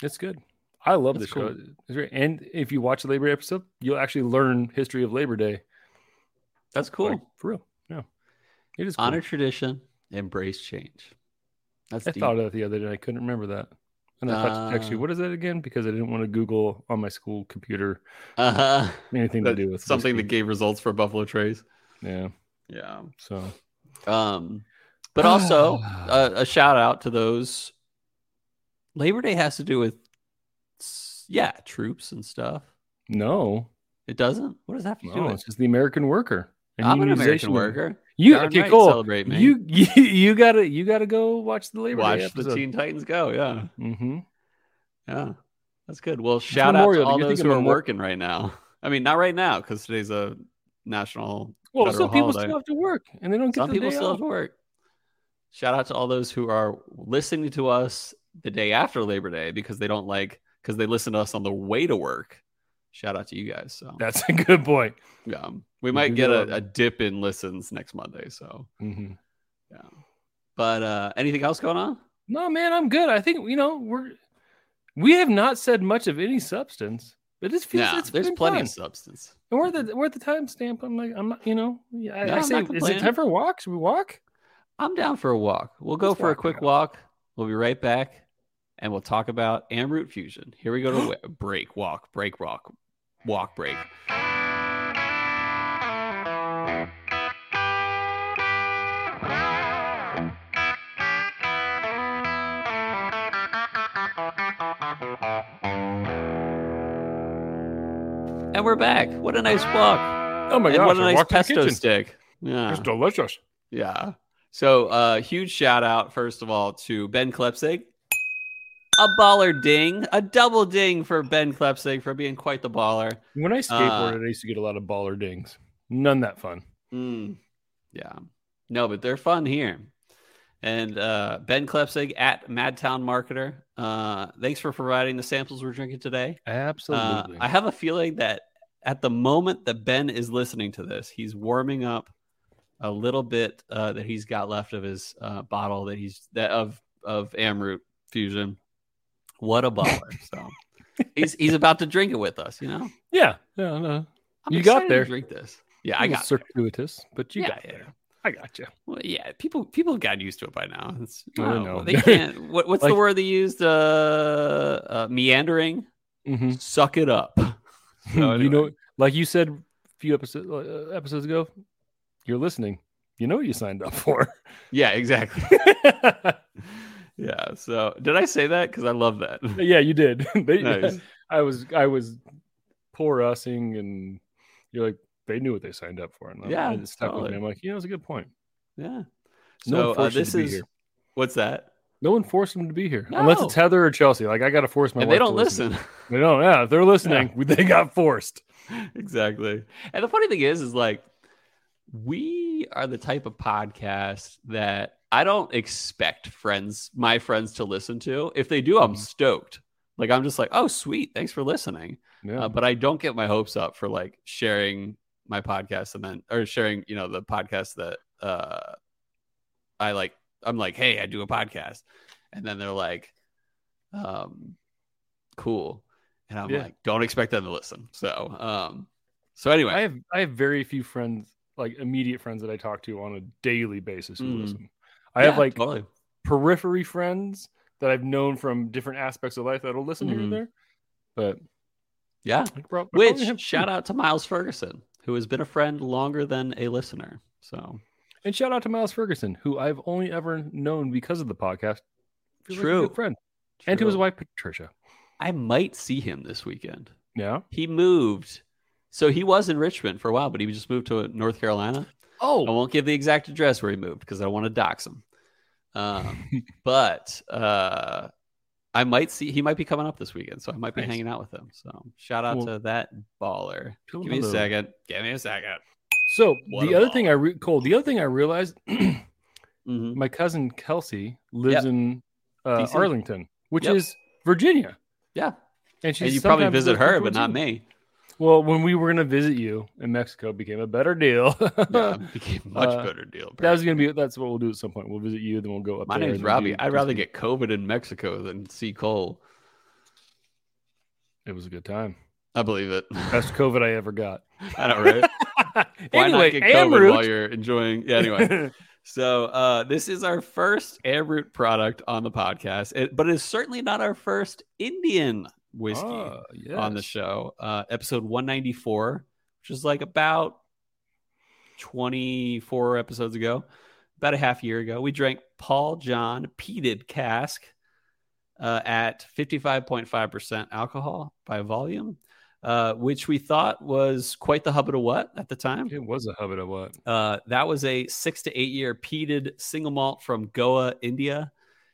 Speaker 2: it's good. I love
Speaker 1: That's
Speaker 2: this show. It's great. And if you watch the Labor Day episode, you'll actually learn history of Labor Day.
Speaker 1: That's cool.
Speaker 2: Like, for real. Yeah, it is cool.
Speaker 1: Honor tradition, embrace change. That's
Speaker 2: I
Speaker 1: deep.
Speaker 2: thought of that the other day. I couldn't remember that. And I thought to text you,
Speaker 1: Ah.
Speaker 2: what is that again? Because I didn't want to Google on my school computer
Speaker 1: uh-huh.
Speaker 2: anything
Speaker 1: That-
Speaker 2: to do with
Speaker 1: something that
Speaker 2: whiskey.
Speaker 1: gave results for Buffalo Trace.
Speaker 2: Yeah.
Speaker 1: Yeah.
Speaker 2: So
Speaker 1: Um, but also
Speaker 2: Ah,
Speaker 1: uh, a shout out to those. Labor Day has to do with, s- yeah, troops and stuff.
Speaker 2: no,
Speaker 1: It doesn't. What does that have to do
Speaker 2: no,
Speaker 1: with?
Speaker 2: it's just the American worker. and
Speaker 1: I'm an American
Speaker 2: unionization of-
Speaker 1: worker.
Speaker 2: You
Speaker 1: Darn
Speaker 2: okay?
Speaker 1: right,
Speaker 2: Cool.
Speaker 1: Celebrate me.
Speaker 2: You, you you gotta you gotta go watch the Labor Day
Speaker 1: watch the
Speaker 2: episode.
Speaker 1: Teen Titans go. Yeah,
Speaker 2: Mm-hmm.
Speaker 1: yeah, that's good. Well, shout out to
Speaker 2: Memorial Day.
Speaker 1: all
Speaker 2: You're
Speaker 1: those
Speaker 2: thinking
Speaker 1: who are
Speaker 2: Memor-
Speaker 1: working right now. I mean, not right now because today's a national.
Speaker 2: Well,
Speaker 1: Federal
Speaker 2: some people
Speaker 1: holiday.
Speaker 2: still have to work, and they don't get
Speaker 1: Some
Speaker 2: the
Speaker 1: people
Speaker 2: day
Speaker 1: still
Speaker 2: off.
Speaker 1: have to work. Shout out to all those who are listening to us the day after Labor Day because they don't like because they listen to us on the way to work. Shout out to you guys. So
Speaker 2: That's a good point.
Speaker 1: yeah, we
Speaker 2: We do
Speaker 1: might get
Speaker 2: love
Speaker 1: a, a dip in listens next Monday. So
Speaker 2: Mm-hmm.
Speaker 1: but uh anything else going on?
Speaker 2: No, man, I'm good. I think you know we're we have not said much of any substance, but it feels
Speaker 1: Yeah,
Speaker 2: it's
Speaker 1: there's
Speaker 2: been
Speaker 1: plenty
Speaker 2: fun.
Speaker 1: of substance.
Speaker 2: And we're at the we're at the timestamp. I'm like I'm not, you know. Yeah, I,
Speaker 1: No,
Speaker 2: I
Speaker 1: I'm
Speaker 2: say,
Speaker 1: not
Speaker 2: is it
Speaker 1: complaining.
Speaker 2: time for a walk? Should we walk?
Speaker 1: I'm down for a walk. We'll go
Speaker 2: Let's
Speaker 1: for a
Speaker 2: walk
Speaker 1: quick
Speaker 2: around.
Speaker 1: walk. We'll be right back and we'll talk about Amroot Fusion. Here we go to wa- break, walk, break, walk, walk, break. And we're back. What a nice walk.
Speaker 2: Oh my
Speaker 1: and
Speaker 2: gosh!
Speaker 1: what a
Speaker 2: I
Speaker 1: nice
Speaker 2: walked to the
Speaker 1: pesto
Speaker 2: kitchen.
Speaker 1: stick. Yeah.
Speaker 2: It's delicious.
Speaker 1: Yeah. So, uh, huge shout out, first of all, to Ben Klepsig. A baller ding, a double ding for Ben Klepsig for being quite the baller.
Speaker 2: When I skateboarded, I used to get a lot of baller dings. None that fun.
Speaker 1: Mm, yeah. No, but they're fun here. And uh, Ben Klepsig at Madtown Marketer. Uh, thanks for providing the samples we're drinking today. Uh,
Speaker 2: Absolutely.
Speaker 1: I have a feeling that at the moment that Ben is listening to this, he's warming up a little bit uh, that he's got left of his uh, bottle that he's that of of Amroot Fusion. What a baller! so he's he's about to drink it with us. You know,
Speaker 2: yeah. Yeah. No.
Speaker 1: I'm
Speaker 2: You got
Speaker 1: excited to
Speaker 2: there.
Speaker 1: drink this. Yeah, I
Speaker 2: It was
Speaker 1: got.
Speaker 2: circuitous, but you
Speaker 1: yeah,
Speaker 2: got
Speaker 1: yeah.
Speaker 2: there. I got you.
Speaker 1: Well, yeah, people people got used to it by now. It's,
Speaker 2: I
Speaker 1: no,
Speaker 2: know.
Speaker 1: They can't. What, what's
Speaker 2: Like-
Speaker 1: the word they used? Uh, uh, meandering.
Speaker 2: Mm-hmm.
Speaker 1: Suck it up. So
Speaker 2: You
Speaker 1: anyway.
Speaker 2: know, like you said a few episodes uh, episodes ago, you're listening. You know what you signed up for.
Speaker 1: Yeah, exactly. yeah. So did I say that? Because I love that.
Speaker 2: yeah, you did. They-
Speaker 1: nice.
Speaker 2: I was I was poor ussing and you're like they knew what they signed up for. And I'm-
Speaker 1: Yeah,
Speaker 2: I just stuck with me.
Speaker 1: totally.
Speaker 2: I'm like, yeah, it's a good point.
Speaker 1: Yeah.
Speaker 2: No
Speaker 1: So
Speaker 2: one
Speaker 1: uh,
Speaker 2: forced you to
Speaker 1: this
Speaker 2: be
Speaker 1: is
Speaker 2: here.
Speaker 1: what's that?
Speaker 2: No one forced them to be here. Unless it's
Speaker 1: No.
Speaker 2: Heather or Chelsea. Like I gotta force my
Speaker 1: and
Speaker 2: wife
Speaker 1: they
Speaker 2: to
Speaker 1: don't listen.
Speaker 2: They don't yeah, if they're listening, they got forced.
Speaker 1: exactly. And the funny thing is, is like we are the type of podcast that I don't expect friends, my friends, to listen to. If they do,
Speaker 2: Mm-hmm.
Speaker 1: I'm stoked. Like I'm just like, oh, sweet, thanks for listening.
Speaker 2: Yeah.
Speaker 1: Uh, but I don't get my hopes up for like sharing my podcast and then or sharing, you know, the podcast that uh I like. I'm like, hey, I do a podcast, and then they're like, um, cool, and I'm
Speaker 2: Yeah.
Speaker 1: like, don't expect them to listen. So, um, so anyway,
Speaker 2: I have I have very few friends, like immediate friends that I talk to on a daily basis who
Speaker 1: Mm.
Speaker 2: listen. I have
Speaker 1: yeah,
Speaker 2: like
Speaker 1: totally.
Speaker 2: periphery friends that I've known from different aspects of life that'll listen here
Speaker 1: Mhm.
Speaker 2: and there. But
Speaker 1: yeah.
Speaker 2: I prob- I probably
Speaker 1: Which
Speaker 2: have-
Speaker 1: shout out to Miles Ferguson, who has been a friend longer than a listener. So
Speaker 2: and shout out to Miles Ferguson, who I've only ever known because of the podcast. Feels like a
Speaker 1: True.
Speaker 2: good friend, and to his
Speaker 1: True.
Speaker 2: wife Patricia.
Speaker 1: I might see him this weekend.
Speaker 2: Yeah.
Speaker 1: He moved. So he was in Richmond for a while, but he just moved to North Carolina. I
Speaker 2: Oh,
Speaker 1: won't give the exact address where he moved because I want to dox him. Um, but uh, I might see he might be coming up this weekend, so I might be
Speaker 2: Nice.
Speaker 1: hanging out with him. So shout out
Speaker 2: Cool.
Speaker 1: to that baller.
Speaker 2: Cool.
Speaker 1: Give me a
Speaker 2: Hello.
Speaker 1: second. Give me a 2nd
Speaker 2: so
Speaker 1: What
Speaker 2: the
Speaker 1: a
Speaker 2: other thing I re- Cole, the other thing I realized,
Speaker 1: Mm-hmm.
Speaker 2: my cousin Kelsey lives
Speaker 1: Yep.
Speaker 2: in uh,
Speaker 1: DC.
Speaker 2: Arlington, which
Speaker 1: Yep.
Speaker 2: is Virginia,
Speaker 1: Yeah,
Speaker 2: and she's
Speaker 1: and you probably
Speaker 2: sometimes
Speaker 1: visit
Speaker 2: lives in
Speaker 1: her, but not
Speaker 2: Virginia.
Speaker 1: me.
Speaker 2: Well, when we were gonna visit you in Mexico, it became a better deal.
Speaker 1: Yeah, became a much
Speaker 2: Uh,
Speaker 1: better deal.
Speaker 2: That was gonna be that's what we'll do at some point. We'll visit you, then we'll go up.
Speaker 1: My
Speaker 2: there
Speaker 1: name's
Speaker 2: and then
Speaker 1: Robbie.
Speaker 2: do-
Speaker 1: I'd rather get COVID in Mexico than see Cole.
Speaker 2: It was a good time.
Speaker 1: I believe it.
Speaker 2: Best COVID I ever got.
Speaker 1: I know, right? Why not
Speaker 2: anyway,
Speaker 1: get
Speaker 2: Am
Speaker 1: COVID while
Speaker 2: Root-
Speaker 1: you're enjoying? Yeah, anyway. So uh, this is our first Amroot product on the podcast, it, but it's certainly not our first Indian whiskey
Speaker 2: Ah, yes.
Speaker 1: on the show. Uh, episode 194, which is like about 24 episodes ago, about a half year ago, we drank Paul John peated cask uh, at 55.5% alcohol by volume, uh, which we thought was quite the hubbub of what at the time.
Speaker 2: It was a hubbub of what?
Speaker 1: Uh, that was a six to eight year peated single malt from Goa, India.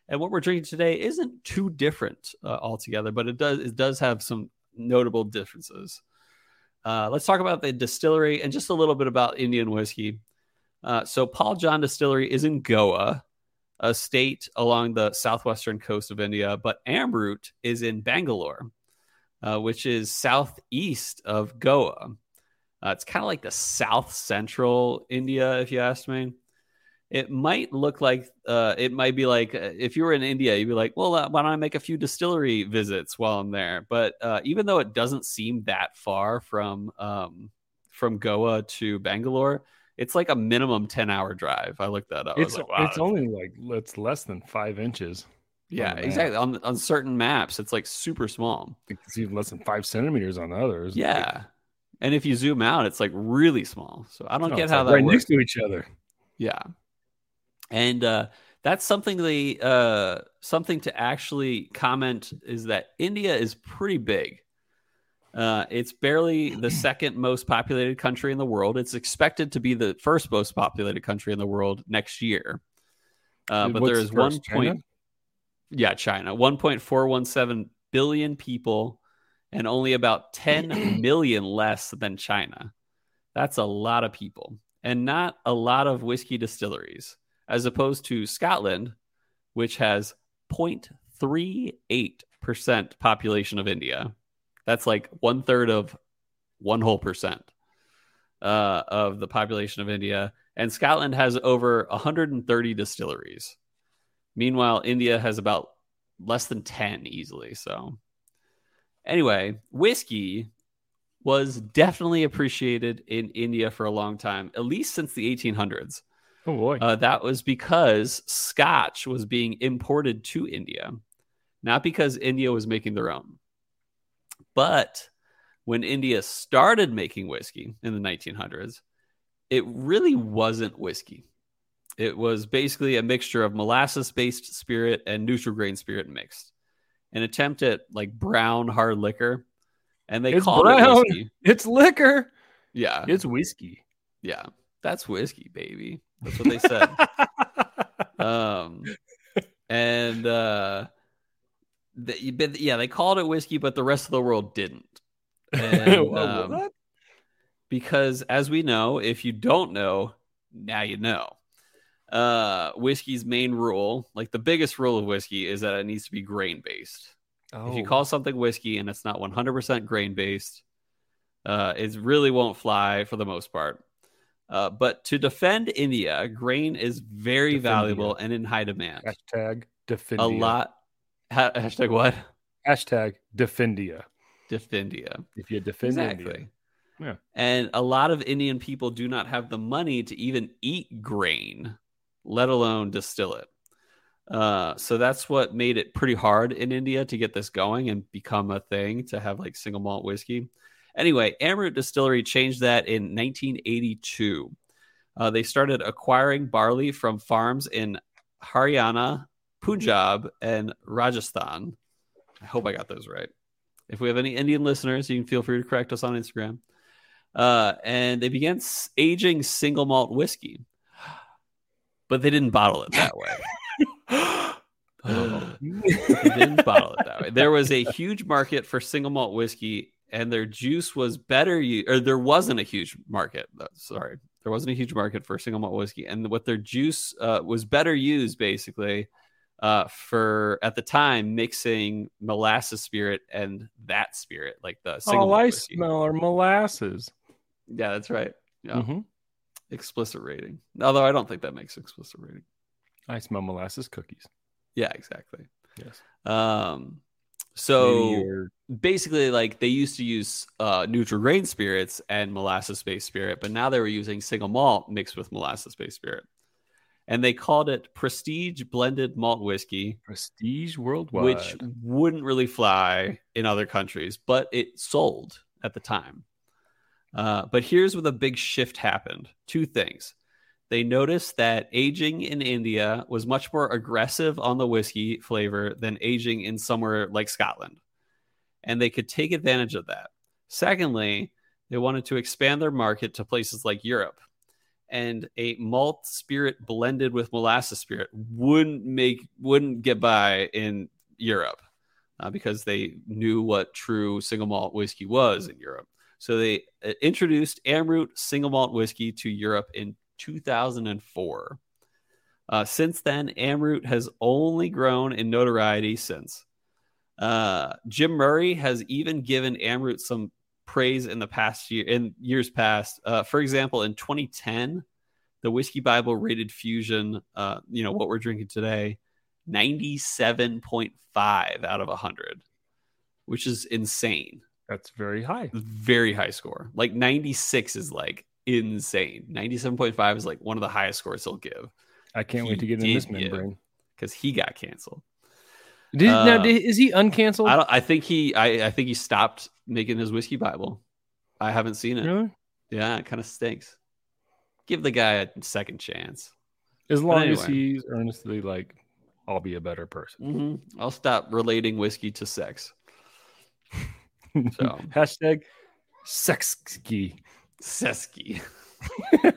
Speaker 1: And what we're drinking today isn't too different uh, altogether, but it does it does have some notable differences. Uh, let's talk about the distillery and just a little bit about Indian whiskey. Uh, so, Paul John Distillery is in Goa, a state along the southwestern coast of India, but Amrut is in Bangalore, uh, which is southeast of Goa. Uh, it's kind of like the south central India, if you ask me. It might look like uh, it might be like uh, if you were in India, you'd be like, well, uh, why don't I make a few distillery visits while I'm there? But uh, even though it doesn't seem that far from um, from Goa to Bangalore, it's like a minimum ten hour drive. I looked that up. I was
Speaker 2: It's
Speaker 1: like, wow,
Speaker 2: it's
Speaker 1: that's-
Speaker 2: only like it's less than five inches.
Speaker 1: yeah,
Speaker 2: on the map.
Speaker 1: exactly. On on certain maps, it's like super small.
Speaker 2: It's even less than five centimeters on the others.
Speaker 1: Yeah, and if you zoom out, it's like really small. So I don't
Speaker 2: Oh,
Speaker 1: get
Speaker 2: it's
Speaker 1: how
Speaker 2: like
Speaker 1: that
Speaker 2: right
Speaker 1: works.
Speaker 2: next to each other.
Speaker 1: Yeah. And uh, that's something the uh, something to actually comment is that India is pretty big. Uh, it's barely the second most populated country in the world. It's expected to be the first most populated country in the world next year. Uh, but there
Speaker 2: What's
Speaker 1: is
Speaker 2: first,
Speaker 1: one
Speaker 2: China?
Speaker 1: point, yeah, China, one point four one seven billion people, and only about ten million less than China. That's a lot of people, and not a lot of whiskey distilleries, as opposed to Scotland, which has 0.38% population of India. That's like one third of one whole percent uh, of the population of India. And Scotland has over 130 distilleries. Meanwhile, India has about less than 10 easily. So, anyway, whiskey was definitely appreciated in India for a long time, at least since the 1800s.
Speaker 2: Oh boy.
Speaker 1: Uh, that was because Scotch was being imported to India, not because India was making their own. But when India started making whiskey in the 1900s, it really wasn't whiskey. It was basically a mixture of molasses based spirit and neutral grain spirit mixed, an attempt at like brown hard liquor. And they
Speaker 2: It's
Speaker 1: called it
Speaker 2: brown.
Speaker 1: whiskey.
Speaker 2: it's liquor.
Speaker 1: Yeah.
Speaker 2: Uh, It's whiskey.
Speaker 1: Yeah. That's whiskey, baby. That's what they said. um and uh the, but yeah they called it whiskey but the rest of the world didn't and, um,
Speaker 2: What?
Speaker 1: because as we know if you don't know now you know uh, whiskey's main rule, like the biggest rule of whiskey, is that it needs to be grain based.
Speaker 2: Oh,
Speaker 1: If you call something whiskey and it's not 100% grain based, uh, it really won't fly for the most part. Uh, but to defend India, grain is very
Speaker 2: Defend
Speaker 1: valuable and in high demand.
Speaker 2: hashtag Defendia.
Speaker 1: A lot. Ha- hashtag what?
Speaker 2: Hashtag Defendia.
Speaker 1: Defendia.
Speaker 2: If you defend India,
Speaker 1: Exactly.
Speaker 2: Yeah.
Speaker 1: And a lot of Indian people do not have the money to even eat grain, let alone distill it. Uh, so that's what made it pretty hard in India to get this going and become a thing to have like single malt whiskey. Anyway, Amrut Distillery changed that in 1982. Uh, they started acquiring barley from farms in Haryana, Punjab, and Rajasthan. I hope I got those right. If we have any Indian listeners, you can feel free to correct us on Instagram. Uh, and they began s- aging single malt whiskey, but they didn't bottle it that way.
Speaker 2: Oh.
Speaker 1: They didn't bottle it that way. There was a huge market for single malt whiskey, and their juice was better. u- Or there wasn't a huge market. though, Sorry, there wasn't a huge market for single malt whiskey, and what their juice uh, was better used basically uh, for at the time mixing molasses spirit and that spirit, like the single
Speaker 2: all
Speaker 1: malt
Speaker 2: Oh, I
Speaker 1: whiskey.
Speaker 2: smell are molasses.
Speaker 1: Yeah, that's right. Yeah,
Speaker 2: Mhm.
Speaker 1: explicit rating. Although I don't think that makes explicit rating.
Speaker 2: I smell molasses cookies.
Speaker 1: Yeah, exactly.
Speaker 2: Yes.
Speaker 1: Um,
Speaker 2: Maybe
Speaker 1: so.
Speaker 2: you're-
Speaker 1: basically like they used to use uh, neutral grain spirits and molasses based spirit, but now they were using single malt mixed with molasses based spirit. And they called it prestige blended malt whiskey,
Speaker 2: prestige worldwide.
Speaker 1: which wouldn't really fly in other countries, but it sold at the time. Uh, but here's where the big shift happened two things. They noticed that aging in India was much more aggressive on the whiskey flavor than aging in somewhere like Scotland. And they could take advantage of that. Secondly, they wanted to expand their market to places like Europe. And a malt spirit blended with molasses spirit wouldn't make wouldn't get by in Europe uh, because they knew what true single malt whiskey was in Europe. So they uh, introduced Amrut single malt whiskey to Europe in 2004. Uh, since then, Amrut has only grown in notoriety since. Uh, Jim Murray has even given Amrut some praise in the past year, in years past. Uh, for example, in 2010, the Whiskey Bible rated Fusion, uh, you know, what we're drinking today, 97.5 out of 100, which is insane.
Speaker 2: that's very high.
Speaker 1: Very high score. Like 96 is like insane. 97.5 is like one of the highest scores he'll give
Speaker 2: I can't
Speaker 1: He
Speaker 2: wait to get in this
Speaker 1: did give.
Speaker 2: membrane.
Speaker 1: because he got canceled.
Speaker 2: Did, now,
Speaker 1: Uh,
Speaker 2: did, is he uncanceled?
Speaker 1: I don't I think he I, I think he stopped making his whiskey Bible. I haven't seen it.
Speaker 2: Really?
Speaker 1: Yeah, it kind of stinks. Give the guy a second chance.
Speaker 2: As long as
Speaker 1: anyway.
Speaker 2: he's earnestly like, I'll be a better person.
Speaker 1: hmm I'll stop relating whiskey to sex. So.
Speaker 2: Hashtag sexy.
Speaker 1: Sesky. I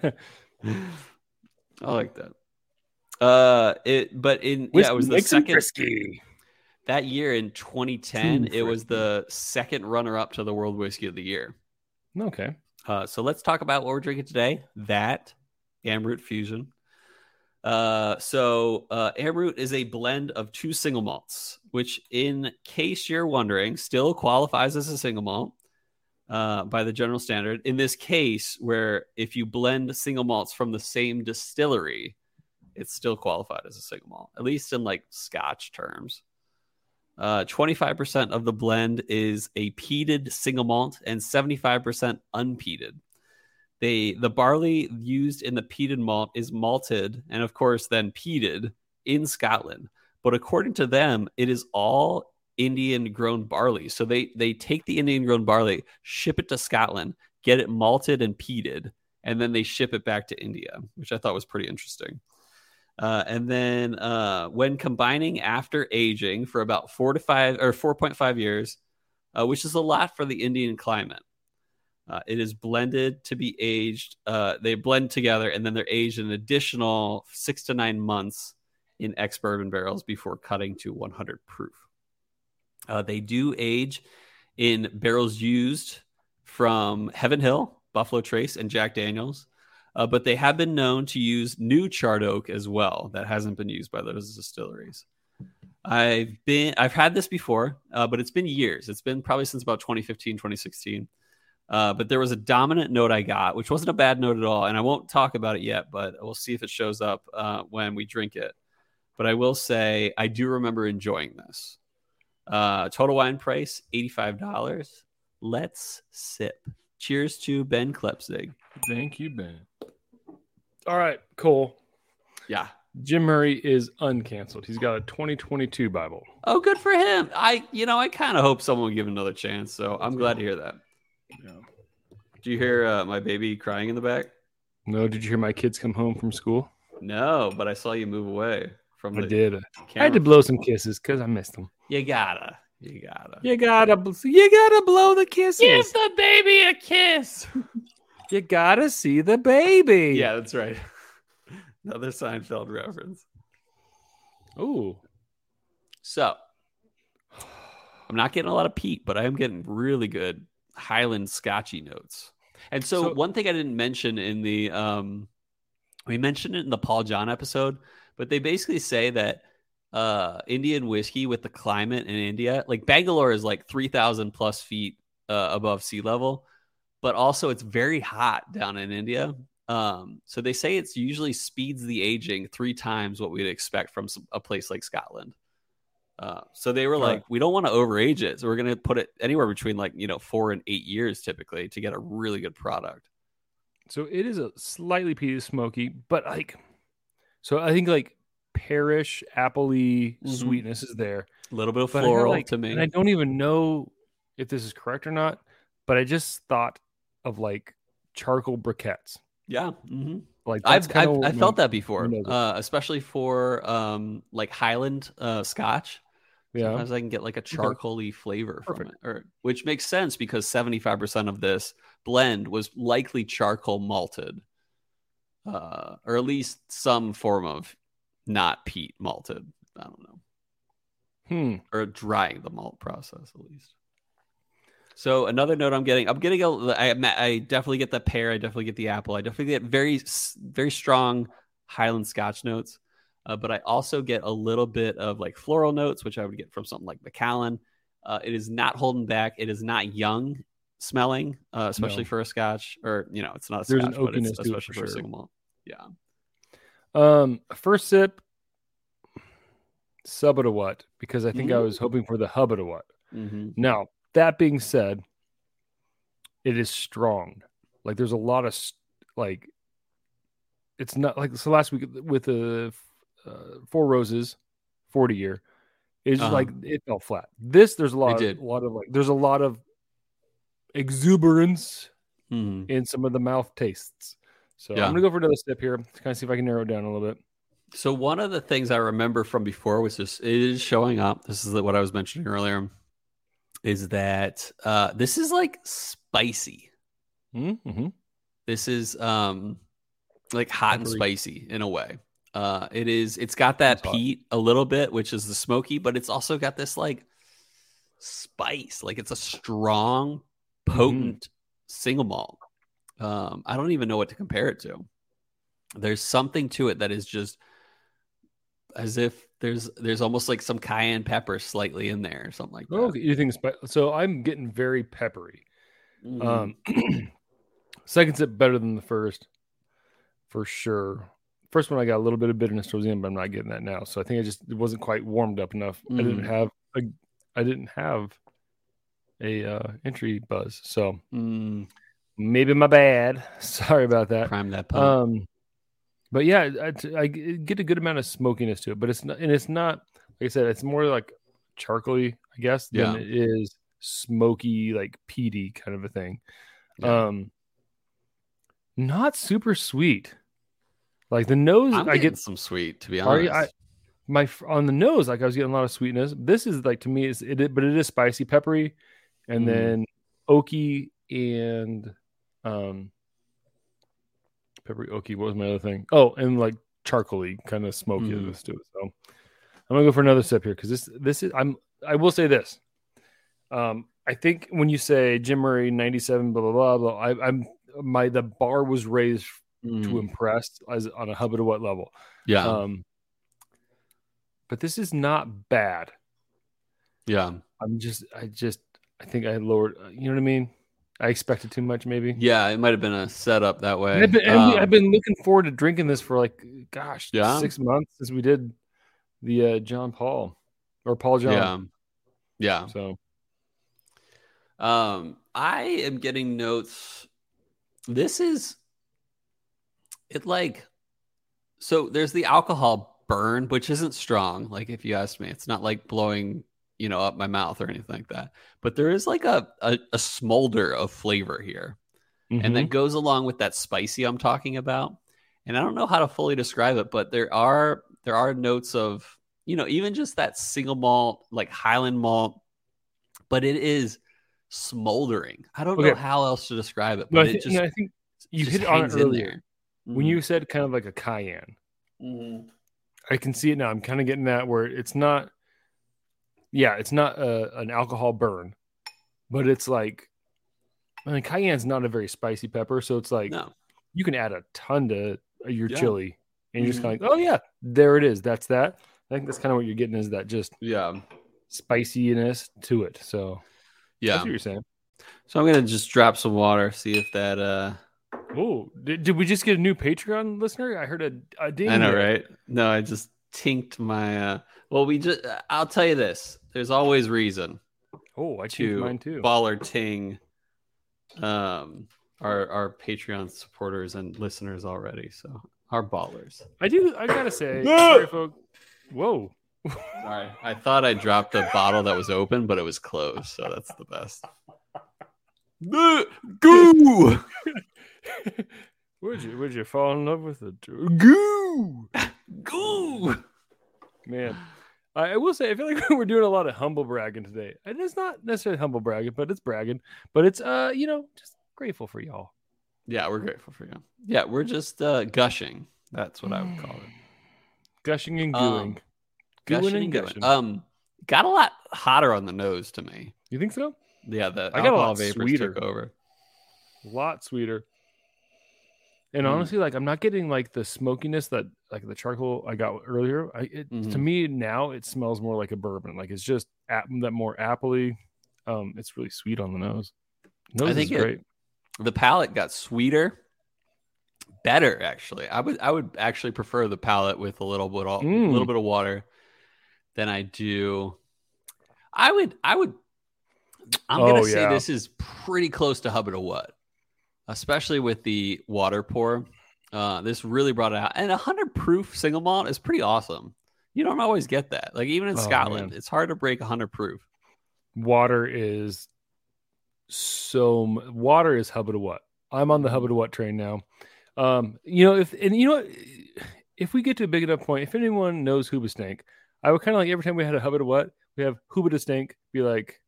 Speaker 1: like that. Uh, it but in yeah, it was the second
Speaker 2: Frisky.
Speaker 1: that year in 2010.
Speaker 2: Too
Speaker 1: It was
Speaker 2: frisky.
Speaker 1: the second runner up to the World Whiskey of the Year.
Speaker 2: Okay.
Speaker 1: Uh, so let's talk about what we're drinking today. That Amroot Fusion. Uh, so uh, Amroot is a blend of two single malts, which, in case you're wondering, still qualifies as a single malt uh, by the general standard. In this case, where if you blend single malts from the same distillery, it's still qualified as a single malt, at least in like Scotch terms. Uh, 25% of the blend is a peated single malt and 75% unpeated. They the barley used in the peated malt is malted and of course then peated in Scotland. But according to them, it is all Indian grown barley. So they they take the Indian grown barley, ship it to Scotland, get it malted and peated, and then they ship it back to India, which I thought was pretty interesting. Uh, and then uh, when combining after aging for about four to five or 4.5 years, uh, which is a lot for the Indian climate, uh, it is blended to be aged. Uh, they blend together and then they're aged an additional six to nine months in ex bourbon barrels before cutting to 100 proof. Uh, they do age in barrels used from Heaven Hill, Buffalo Trace, and Jack Daniels. uh, but they have been known to use new charred oak as well that hasn't been used by those distilleries. I've been I've had this before, uh, but it's been years. It's been probably since about 2015, 2016. Uh, but there was a dominant note I got, which wasn't a bad note at all, and I won't talk about it yet. But we'll see if it shows up uh, when we drink it. But I will say I do remember enjoying this. Uh, total wine price eighty five dollars. Let's sip. Cheers to Ben Klepsig.
Speaker 2: Thank you, Ben. All right, Cole.
Speaker 1: Yeah.
Speaker 2: Jim Murray is uncanceled. He's got a 2022 Bible.
Speaker 1: Oh, good for him. I, you know, I kind of hope someone will give him another chance. So I'm glad to hear that.
Speaker 2: Yeah.
Speaker 1: Do you hear uh, my baby crying in the back?
Speaker 2: No, did you hear my kids come home from school?
Speaker 1: No, but I saw you move away from.
Speaker 2: I
Speaker 1: The
Speaker 2: did. I
Speaker 1: camera.
Speaker 2: had to blow some kisses because I missed them.
Speaker 1: You gotta. You gotta.
Speaker 2: You gotta, bl- you gotta blow the kisses.
Speaker 1: the baby a kiss.
Speaker 2: You gotta see the baby.
Speaker 1: Yeah, that's right. Another Seinfeld reference.
Speaker 2: Ooh.
Speaker 1: So I'm not getting a lot of peat, but I am getting really good Highland Scotchy notes. And so,
Speaker 2: So-
Speaker 1: one thing I didn't mention in the um we mentioned it in the Paul John episode, but they basically say that uh Indian whiskey with the climate in India, like Bangalore is like 3000 plus feet uh, above sea level, but also it's very hot down in India. Um so they say it's usually speeds the aging 3 times what we'd expect from s- a place like Scotland. Uh, so they were
Speaker 2: Huh.
Speaker 1: like, we don't want to overage it. So we're going to put it anywhere between like, you know, four and eight years typically to get a really good product.
Speaker 2: So it is a slightly peaty smoky, but like, so I think like pearish, appley
Speaker 1: Mhm.
Speaker 2: sweetness is there.
Speaker 1: A little bit of
Speaker 2: But I got,
Speaker 1: floral
Speaker 2: like-
Speaker 1: to me.
Speaker 2: And I don't even know if this is correct or not, but I just thought of like charcoal briquettes.
Speaker 1: yeah. hmm
Speaker 2: Like
Speaker 1: I've, I've
Speaker 2: kinda what
Speaker 1: I
Speaker 2: my-
Speaker 1: felt that before,
Speaker 2: Remember.
Speaker 1: uh, especially for um, like Highland uh, Scotch.
Speaker 2: Yeah.
Speaker 1: Sometimes I can get like a charcoaly flavor from it, or which makes sense because seventy five percent of this blend was likely charcoal malted, uh, or at least some form of not peat malted. I don't know,
Speaker 2: Hmm.
Speaker 1: or drying the malt process at least. So another note I'm getting, I'm getting a, I, I definitely get the pear, I definitely get the apple, I definitely get very, s- very strong Highland Scotch notes, uh, but I also get a little bit of like floral notes, which I would get from something like Macallan. Uh, it is not holding back. It is not young smelling, uh, especially
Speaker 2: No.
Speaker 1: for a Scotch, or you know, it's not a
Speaker 2: There's an
Speaker 1: Scotch, but it's
Speaker 2: oakiness to it
Speaker 1: especially for,
Speaker 2: for
Speaker 1: a
Speaker 2: sure.
Speaker 1: single malt.
Speaker 2: Um, first sip, sub it a what? Because I think I
Speaker 1: Mhm.
Speaker 2: was hoping for the hub it a what.
Speaker 1: hmm
Speaker 2: Now, that being said, it is strong. Like there's a lot of s- like it's not like so last week with the uh, four roses 40 year it's just
Speaker 1: Uh-huh.
Speaker 2: like it fell flat. This there's a lot
Speaker 1: did.
Speaker 2: a lot of like there's a lot of exuberance
Speaker 1: hmm
Speaker 2: in some of the mouth tastes. So
Speaker 1: Yeah.
Speaker 2: I'm gonna go for another sip here to kind of see if I can narrow it down a little bit.
Speaker 1: So one of the things I remember from before was just it is showing up. This is what I was mentioning earlier. Is that uh, this is like spicy?
Speaker 2: Mm-hmm.
Speaker 1: This is um like hot and
Speaker 2: Peppery.
Speaker 1: spicy in a way. Uh, it is. It's got that
Speaker 2: It's hot.
Speaker 1: peat a little bit, which is the smoky, but it's also got this like spice. Like it's a strong,
Speaker 2: Mm-hmm.
Speaker 1: potent single malt. Um, I don't even know what to compare it to. There's something to it that is just as if there's there's almost like some cayenne pepper slightly in there or something like that.
Speaker 2: Oh, you think spi- so? I'm getting very peppery.
Speaker 1: Mhm.
Speaker 2: Um, second sip better than the first, for sure. First one I got a little bit of bitterness towards the end, but I'm not getting that now. So I think I just it wasn't quite warmed up enough. I didn't
Speaker 1: Mm.
Speaker 2: have a I didn't have a uh, entry buzz. So
Speaker 1: Mm,
Speaker 2: maybe my bad. Sorry about that.
Speaker 1: prime that pump.
Speaker 2: Um, but yeah, I, I get a good amount of smokiness to it, but it's not, and it's not like I said, it's more like charcoaly, I guess, than
Speaker 1: Yeah.
Speaker 2: it is smoky, like peaty kind of a thing.
Speaker 1: Yeah.
Speaker 2: Um, not super sweet. Like the nose,
Speaker 1: I'm
Speaker 2: I
Speaker 1: getting
Speaker 2: get
Speaker 1: some sweet to be
Speaker 2: Are
Speaker 1: honest.
Speaker 2: you- my f- on the nose, like I was getting a lot of sweetness. This is like to me, it's it, is- but it is spicy, peppery, and
Speaker 1: Mm.
Speaker 2: then oaky and um, peppery oaky. What was my other thing? Oh, and like charcoaly kind of smokiness to it. So I'm gonna go for another sip here because this this is I'm I will say this. Um, I think when you say Jim Murray 97 blah blah blah blah, I, I'm my the bar was raised
Speaker 1: Mm-hmm.
Speaker 2: to
Speaker 1: Mm.
Speaker 2: impress as on a hub at what level.
Speaker 1: Yeah.
Speaker 2: Um, but this is not bad.
Speaker 1: yeah.
Speaker 2: I'm just, I just, I think I lowered. uh, You know what I mean? I expected too much, maybe.
Speaker 1: Yeah. It might have been a setup that way.
Speaker 2: I've been, and we-
Speaker 1: Um,
Speaker 2: I've been looking forward to drinking this for like, gosh,
Speaker 1: Yeah.
Speaker 2: six months since we did the uh, John Paul or Paul John.
Speaker 1: Um, Yeah. Yeah.
Speaker 2: So
Speaker 1: Um, I am getting notes. This is it like so there's the alcohol burn, which isn't strong. Like if you asked me, it's not like blowing, you know, up my mouth or anything like that. But there is like a a, a smolder of flavor here.
Speaker 2: mm-hmm.
Speaker 1: And that goes along with that spicy I'm talking about. And I don't know how to fully describe it, but there are there are notes of, you know, even just that single malt, like Highland malt, but it is smoldering. I don't know
Speaker 2: Okay.
Speaker 1: how else to describe it, but
Speaker 2: no, I, thi-
Speaker 1: it just
Speaker 2: no, I think you
Speaker 1: just
Speaker 2: hit it on it
Speaker 1: hangs in
Speaker 2: earlier
Speaker 1: there. Mm-hmm.
Speaker 2: when you said kind of like a cayenne.
Speaker 1: Mhm.
Speaker 2: I can see it now. I'm kind of getting that where it's not, yeah, it's not a, an alcohol burn, but it's like, I mean, cayenne's not a very spicy pepper, so it's like
Speaker 1: no,
Speaker 2: you can add a ton to your
Speaker 1: Yeah. Mm-hmm.
Speaker 2: chili, and you're just kind of like, oh yeah, there it is. That's that. I think that's kind of what you're getting is that just
Speaker 1: yeah,
Speaker 2: spiciness to it. So that's
Speaker 1: yeah.
Speaker 2: what you're saying.
Speaker 1: So I'm gonna just drop some water, see if that. uh
Speaker 2: Oh, did, did we just get a new Patreon listener? I heard a, a ding.
Speaker 1: I know,
Speaker 2: there.
Speaker 1: right? No, I just tinked my. uh Well, we just. I'll tell you this. There's always reason.
Speaker 2: Oh, I changed
Speaker 1: to
Speaker 2: mine too.
Speaker 1: Baller Ting, um, our our Patreon supporters and listeners already. So our ballers.
Speaker 2: I do. I gotta say,
Speaker 1: No!
Speaker 2: sorry, folk. Whoa.
Speaker 1: Sorry, I thought I dropped a bottle that was open, but it was closed. So that's the best. Goo.
Speaker 2: Would you would you fall in love with a dr- goo?
Speaker 1: Goo.
Speaker 2: Man, I, I will say I feel like we're doing a lot of humble bragging today, and it's not necessarily humble bragging, but it's bragging. But it's uh, you know, just grateful for y'all.
Speaker 1: Yeah, we're grateful for you. Yeah, we're just uh, gushing. That's what I would call it.
Speaker 2: Gushing and
Speaker 1: Um,
Speaker 2: gooing. Gooing
Speaker 1: Gushing
Speaker 2: and
Speaker 1: and going.
Speaker 2: gushing.
Speaker 1: Um, got a lot hotter on the nose to me.
Speaker 2: you think so?
Speaker 1: Yeah, the
Speaker 2: I got a
Speaker 1: alcohol
Speaker 2: lot
Speaker 1: vapors
Speaker 2: sweeter.
Speaker 1: took over.
Speaker 2: A lot sweeter. And
Speaker 1: Mm.
Speaker 2: honestly, like I'm not getting like the smokiness that like the charcoal I got earlier. I, it, To
Speaker 1: Mhm.
Speaker 2: me now, it smells more like a bourbon. Like it's just ap- that more appley. Um, it's really sweet on the nose. Nose
Speaker 1: think
Speaker 2: is
Speaker 1: it-
Speaker 2: great.
Speaker 1: the palate got sweeter better actually i would i would actually prefer the palate with a little bit of,
Speaker 2: Mm.
Speaker 1: little bit of water than i do i would i would i'm
Speaker 2: Oh,
Speaker 1: gonna say
Speaker 2: yeah.
Speaker 1: this is pretty close to hubbard of what especially with the water pour uh this really brought it out and a hundred proof single malt is pretty awesome you don't always get that like even in
Speaker 2: Oh,
Speaker 1: scotland
Speaker 2: man.
Speaker 1: it's hard to break a hundred proof
Speaker 2: water is so m- water is hub of the what i'm on the hub of the what train now um you know if and you know what? if we get to a big enough point if anyone knows Hooba Stank, i would kind of like every time we had a hub of the what we have Hooba da Stank be like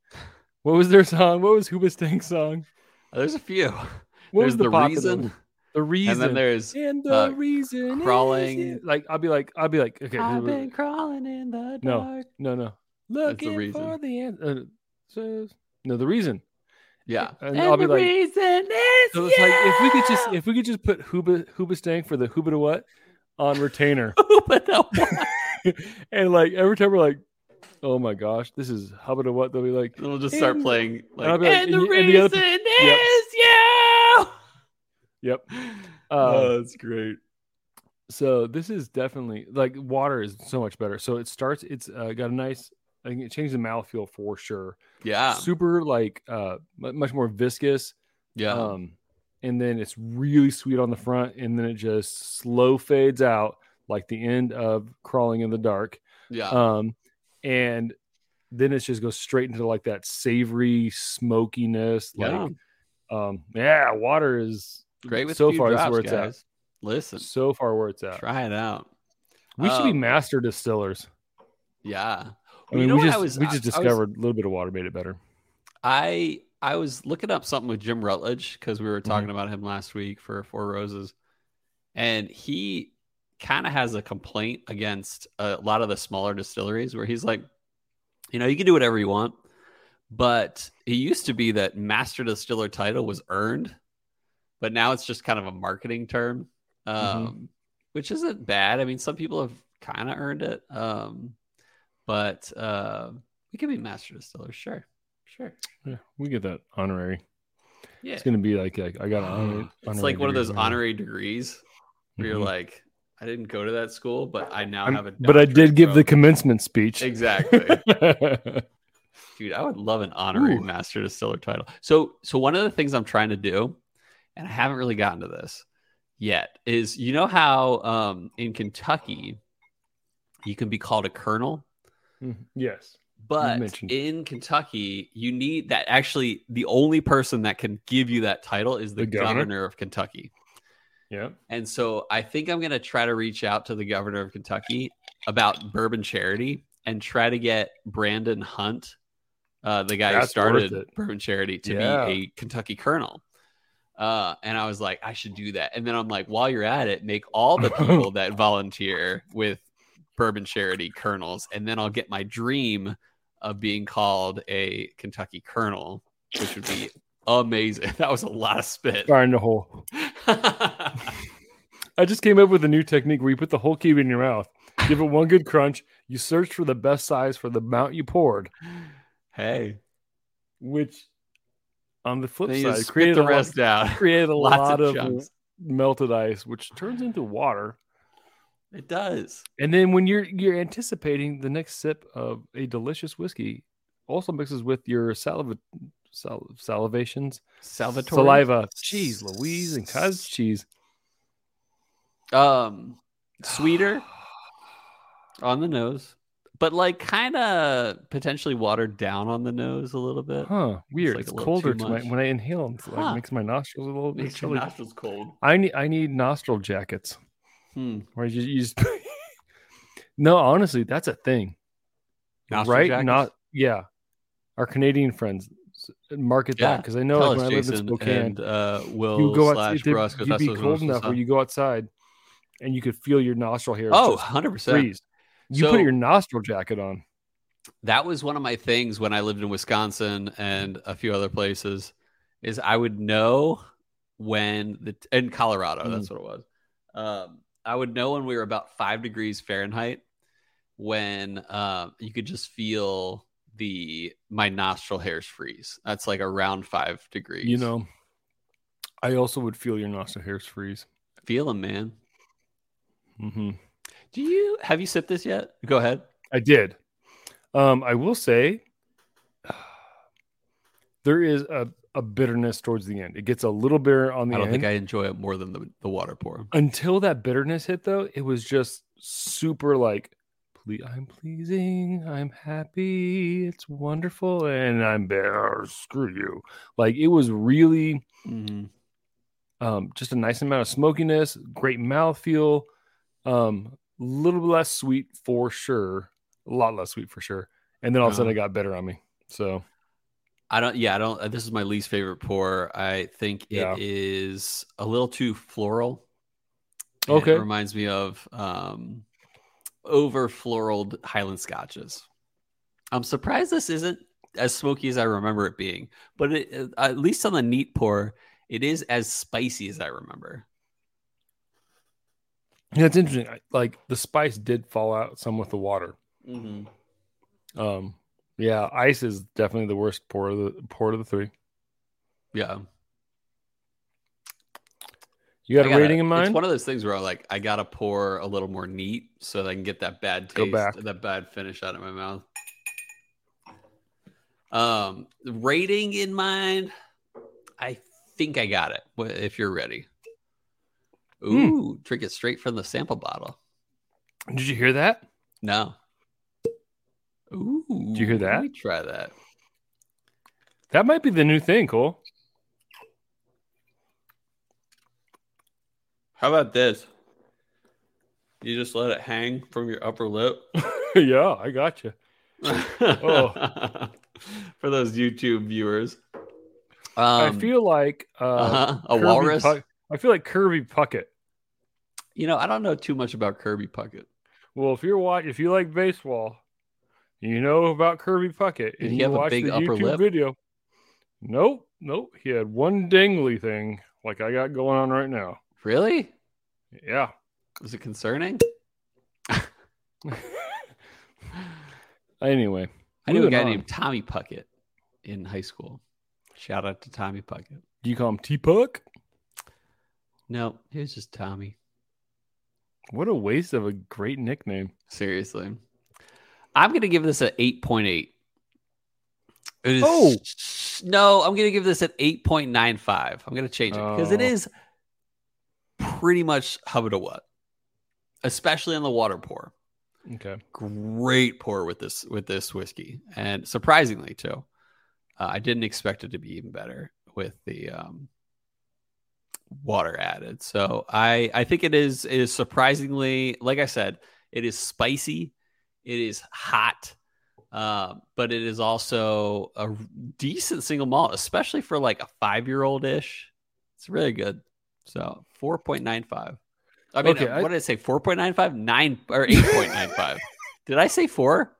Speaker 2: what was their song what was Hooba Stank's song
Speaker 1: there's a few
Speaker 2: what
Speaker 1: there's
Speaker 2: was
Speaker 1: the,
Speaker 2: popular
Speaker 1: reason
Speaker 2: one? the reason
Speaker 1: and then there's
Speaker 2: And the
Speaker 1: uh,
Speaker 2: reason is
Speaker 1: crawling-
Speaker 2: you- like i'll be like i'll be like okay
Speaker 1: i've
Speaker 2: Hooba-
Speaker 1: been crawling in the dark
Speaker 2: No. no no looking
Speaker 1: reason.
Speaker 2: for the answer uh, so, no the reason
Speaker 1: Yeah.
Speaker 2: And I'll be like-
Speaker 1: reason is
Speaker 2: So it's like if we could just
Speaker 1: you."
Speaker 2: if we could just put Huba Huba Stank for the Huba to what on retainer,
Speaker 1: But no one-
Speaker 2: and like every time we're like, oh my gosh, this is Huba to what? They'll be like,
Speaker 1: it'll just start
Speaker 2: And-
Speaker 1: playing like,
Speaker 2: I'll be like,
Speaker 1: and the
Speaker 2: "And you- and the
Speaker 1: reason
Speaker 2: other yep.
Speaker 1: is you.
Speaker 2: yep. Uh,
Speaker 1: that's great.
Speaker 2: so this is definitely like water is so much better. So it starts. It's uh, got a nice. I think it changed the mouthfeel for sure.
Speaker 1: Yeah.
Speaker 2: Super like uh, mu- much more viscous.
Speaker 1: Yeah.
Speaker 2: Um, and then it's really sweet on the front, and then it just slow fades out like the end of Crawling in the Dark.
Speaker 1: yeah.
Speaker 2: um and then it just goes straight into like that savory smokiness
Speaker 1: yeah.
Speaker 2: like um yeah water is
Speaker 1: Great with
Speaker 2: so
Speaker 1: a few
Speaker 2: far this is
Speaker 1: drops,
Speaker 2: where it's at.
Speaker 1: guys. Listen,
Speaker 2: so far where it's at
Speaker 1: try it out.
Speaker 2: we should be
Speaker 1: Um,
Speaker 2: master distillers
Speaker 1: Yeah.
Speaker 2: i
Speaker 1: You
Speaker 2: mean
Speaker 1: know
Speaker 2: we
Speaker 1: what I
Speaker 2: just
Speaker 1: was-
Speaker 2: we
Speaker 1: I-
Speaker 2: just
Speaker 1: I was-
Speaker 2: discovered a little bit of water made it better
Speaker 1: I I was looking up something with Jim Rutledge because we were talking about him last week for Four Roses, and he kind of has a complaint against a lot of the smaller distilleries where he's like, you know, you can do whatever you want, but it used to be that master distiller title was earned, but now it's just kind of a marketing term. um, which isn't bad. I mean, some people have kind of earned it, um, but uh, we could be master distillers, sure, sure.
Speaker 2: Yeah, we get that honorary.
Speaker 1: Yeah,
Speaker 2: It's gonna be like, like I got an honor-
Speaker 1: Mm. it's
Speaker 2: honorary
Speaker 1: like one of
Speaker 2: degree
Speaker 1: those
Speaker 2: from him.
Speaker 1: honorary degrees where you're
Speaker 2: Mhm.
Speaker 1: like, I didn't go to that school, but I now
Speaker 2: I'm-
Speaker 1: have a.
Speaker 2: but I
Speaker 1: doctorate
Speaker 2: did give the
Speaker 1: from-"
Speaker 2: commencement speech.
Speaker 1: exactly.
Speaker 2: mm-hmm.
Speaker 1: dude i would love an honorary
Speaker 2: Ooh.
Speaker 1: master distiller title so so one of the things i'm trying to do and i haven't really gotten to this yet is you know how um in kentucky you can be called a colonel
Speaker 2: Mm-hmm. Yes.
Speaker 1: but
Speaker 2: mentioned-
Speaker 1: in kentucky you need that actually the only person that can give you that title is the,
Speaker 2: The governor?
Speaker 1: governor of kentucky
Speaker 2: Yeah.
Speaker 1: and so I think I'm going to try to reach out to the governor of Kentucky about bourbon charity and try to get Brandon Hunt, uh, the guy who
Speaker 2: That's worth
Speaker 1: started
Speaker 2: it.
Speaker 1: bourbon charity, to
Speaker 2: Yeah.
Speaker 1: be a Kentucky colonel. Uh, and I was like, I should do that. And then I'm like, while you're at it, make all the people that volunteer with bourbon charity colonels. And then I'll get my dream of being called a Kentucky colonel, which would be amazing. That was a lot of spit.
Speaker 2: Find a hole. I just came up with a new technique where you put the whole cube in your mouth, give it one good crunch, you search for the best size for the amount you poured,
Speaker 1: hey.
Speaker 2: which on the flip
Speaker 1: Then you
Speaker 2: side
Speaker 1: just spit
Speaker 2: created
Speaker 1: the
Speaker 2: a lot-
Speaker 1: rest out.
Speaker 2: created a
Speaker 1: Lots
Speaker 2: lot
Speaker 1: of
Speaker 2: of,
Speaker 1: chunks.
Speaker 2: melted ice, which turns into water.
Speaker 1: It does.
Speaker 2: And then when you're you're anticipating the next sip of a delicious whiskey, also mixes with your saliva, sal, salivations,
Speaker 1: Salvatore.
Speaker 2: saliva, cheese, Louise, and cuz cheese.
Speaker 1: Um, sweeter on the nose, but like kind of potentially watered down on the nose a little bit.
Speaker 2: Huh? Weird.
Speaker 1: like
Speaker 2: It's,
Speaker 1: a little
Speaker 2: colder
Speaker 1: too
Speaker 2: to my,
Speaker 1: much.
Speaker 2: when I inhale. It's like,
Speaker 1: Huh.
Speaker 2: makes my nostrils a little bit
Speaker 1: Makes your
Speaker 2: chilly.
Speaker 1: nostrils cold.
Speaker 2: I need I need nostril jackets.
Speaker 1: Hmm.
Speaker 2: Where you, you just no, honestly, that's a thing,
Speaker 1: Nostril
Speaker 2: right?
Speaker 1: jackets?
Speaker 2: Not yeah. Our Canadian friends s- market that
Speaker 1: Yeah,
Speaker 2: because I know
Speaker 1: Tell
Speaker 2: like, when
Speaker 1: us,
Speaker 2: I lived in
Speaker 1: Jason,
Speaker 2: Spokane,
Speaker 1: and uh, will
Speaker 2: you go outside,
Speaker 1: slash
Speaker 2: it'd-
Speaker 1: Russ, 'cause
Speaker 2: you'd
Speaker 1: that's
Speaker 2: be
Speaker 1: what
Speaker 2: cold
Speaker 1: Russ was
Speaker 2: enough where
Speaker 1: on.
Speaker 2: you go outside and you could feel your nostril hairs
Speaker 1: Oh,
Speaker 2: just
Speaker 1: 100 percent.
Speaker 2: freeze. You put
Speaker 1: So-
Speaker 2: your nostril jacket on.
Speaker 1: that was one of my things when I lived in Wisconsin and a few other places is I would know when the in Colorado
Speaker 2: Mm.
Speaker 1: that's what it was. Um, I would know when we were about five degrees Fahrenheit when um, you could just feel the my nostril hairs freeze. That's like around five degrees.
Speaker 2: You know, I also would feel your nostril hairs freeze.
Speaker 1: feel them, man.
Speaker 2: hmm
Speaker 1: Do you have you sipped this yet? Go ahead.
Speaker 2: I did. Um, I will say there is a, a bitterness towards the end. It gets a little bitter on the
Speaker 1: I don't
Speaker 2: end.
Speaker 1: think I enjoy it more than the, the water pour.
Speaker 2: Until that bitterness hit, though, it was just super like, "Ple- I'm pleasing, I'm happy, it's wonderful, and I'm bare. Screw you. Like it was really Mm-hmm.
Speaker 1: Mhm.
Speaker 2: um, just a nice amount of smokiness, great mouthfeel, a um, little less sweet for sure, a lot less sweet for sure. And then all of a sudden,
Speaker 1: Uh-huh.
Speaker 2: it got better on me. So
Speaker 1: I don't. Yeah, I don't. uh, This is my least favorite pour. I think it is a
Speaker 2: Yeah.
Speaker 1: little too floral. and
Speaker 2: Okay.
Speaker 1: it reminds me of um, over floraled Highland scotches. I'm surprised this isn't as smoky as I remember it being, but it, uh, at least on the neat pour, it is as spicy as I remember.
Speaker 2: yeah, it's interesting. I- Like the spice did fall out some with the water.
Speaker 1: Mm-hmm.
Speaker 2: Um, yeah, ice is definitely the worst pour of the pour of the three.
Speaker 1: Yeah,
Speaker 2: You got
Speaker 1: I
Speaker 2: a
Speaker 1: gotta-
Speaker 2: rating in
Speaker 1: It's
Speaker 2: mind?
Speaker 1: one of those things where I'm like, I gotta pour a little more neat so that I can get that bad
Speaker 2: Go
Speaker 1: taste,
Speaker 2: back.
Speaker 1: that bad finish out of my mouth. Um, rating in mind, I think I got it. wh- If you're ready,
Speaker 2: Hmm.
Speaker 1: ooh, drink it straight from the sample bottle.
Speaker 2: Did you hear that?
Speaker 1: No, ooh, do
Speaker 2: you hear that?
Speaker 1: Let me try that.
Speaker 2: That might be the new thing, Cole.
Speaker 1: How about this? You just let it hang from your upper lip.
Speaker 2: yeah, I got you.
Speaker 1: oh. For those YouTube viewers. Um,
Speaker 2: I feel like uh,
Speaker 1: uh-huh, a
Speaker 2: Kirby
Speaker 1: walrus.
Speaker 2: Puck- I feel like Kirby Puckett.
Speaker 1: you know, I don't know too much about Kirby Puckett.
Speaker 2: Well, if you're watch, if you like baseball, you know about Kirby Puckett,
Speaker 1: he
Speaker 2: and you
Speaker 1: have a
Speaker 2: watch
Speaker 1: big
Speaker 2: the
Speaker 1: upper
Speaker 2: YouTube
Speaker 1: lip?
Speaker 2: video. Nope, nope. He had one dangly thing like I got going on right now.
Speaker 1: Really?
Speaker 2: Yeah.
Speaker 1: Is it concerning?
Speaker 2: Anyway,
Speaker 1: I knew a
Speaker 2: moving
Speaker 1: guy
Speaker 2: on.
Speaker 1: named Tommy Puckett in high school. Shout out to Tommy Puckett.
Speaker 2: Do you call him T Puck?
Speaker 1: No, he was just Tommy.
Speaker 2: What a waste of a great nickname.
Speaker 1: Seriously. I'm going to give this an 8.8. It is-
Speaker 2: Oh.
Speaker 1: No, I'm going to give this an 8.95. I'm going to change it because it
Speaker 2: Oh.
Speaker 1: is pretty much hubba to what, especially on the water pour.
Speaker 2: Okay.
Speaker 1: Great pour with this with this whiskey, and surprisingly too, uh, I didn't expect it to be even better with the um, water added. So I I think it is it is surprisingly like I said, it is spicy, it is hot, um, but it is also a decent single malt, especially for like a five year old ish. It's really good. So four point nine five. I mean,
Speaker 2: Okay,
Speaker 1: uh,
Speaker 2: I-
Speaker 1: what did I say? 4.95, 9 or 8.95. did I say four?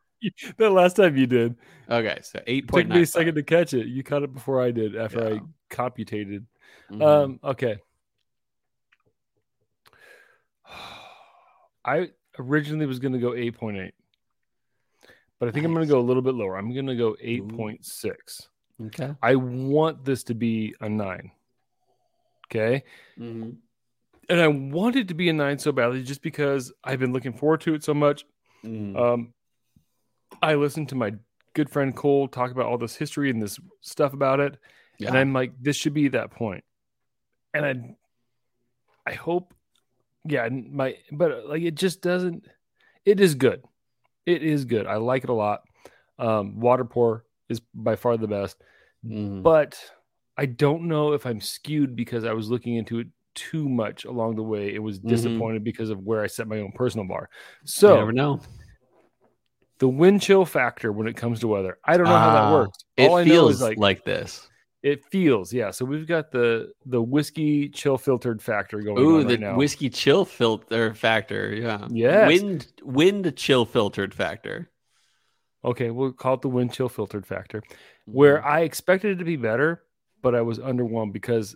Speaker 2: The last time you did,
Speaker 1: Okay, so
Speaker 2: it took me a
Speaker 1: 8.95.
Speaker 2: second to catch it. You caught it before I did. After
Speaker 1: Yeah.
Speaker 2: I computated.
Speaker 1: Mhm.
Speaker 2: Um. Okay. I originally was going to go eight point eight, but I think I'm going
Speaker 1: Nice.
Speaker 2: to go a little bit lower. I'm going to go eight point six.
Speaker 1: okay.
Speaker 2: I want this to be a nine. Okay.
Speaker 1: hmm
Speaker 2: and I wanted to be a nine so badly just because I've been looking forward to it so much.
Speaker 1: Mm-hmm.
Speaker 2: Um, I listened to my good friend Cole talk about all this history and this stuff about it,
Speaker 1: yeah.
Speaker 2: and I'm like, this should be that point. And I, I hope, yeah, and my but uh, like it just doesn't. It is good. It is good. I like it a lot. Um, water pour is by far the best
Speaker 1: Mhm.
Speaker 2: but I don't know if I'm skewed because I was looking into it too much along the way. It was
Speaker 1: Mhm.
Speaker 2: disappointed because of where I set my own personal bar.
Speaker 1: you
Speaker 2: So
Speaker 1: never know.
Speaker 2: the wind chill factor when it comes to weather, I don't know how that
Speaker 1: Ah,
Speaker 2: works.
Speaker 1: It
Speaker 2: All I know
Speaker 1: feels
Speaker 2: is like,
Speaker 1: like this.
Speaker 2: it feels, yeah. So we've got the the whiskey chill filtered factor going
Speaker 1: Ooh,
Speaker 2: on
Speaker 1: the
Speaker 2: right now.
Speaker 1: whiskey chill filter factor. Yeah.
Speaker 2: Yes.
Speaker 1: Wind wind chill filtered factor.
Speaker 2: okay, we'll call it the wind chill filtered factor,
Speaker 1: Hmm.
Speaker 2: Mm-hmm. where
Speaker 1: Mm-hmm.
Speaker 2: I expected it to be better, but I was underwhelmed because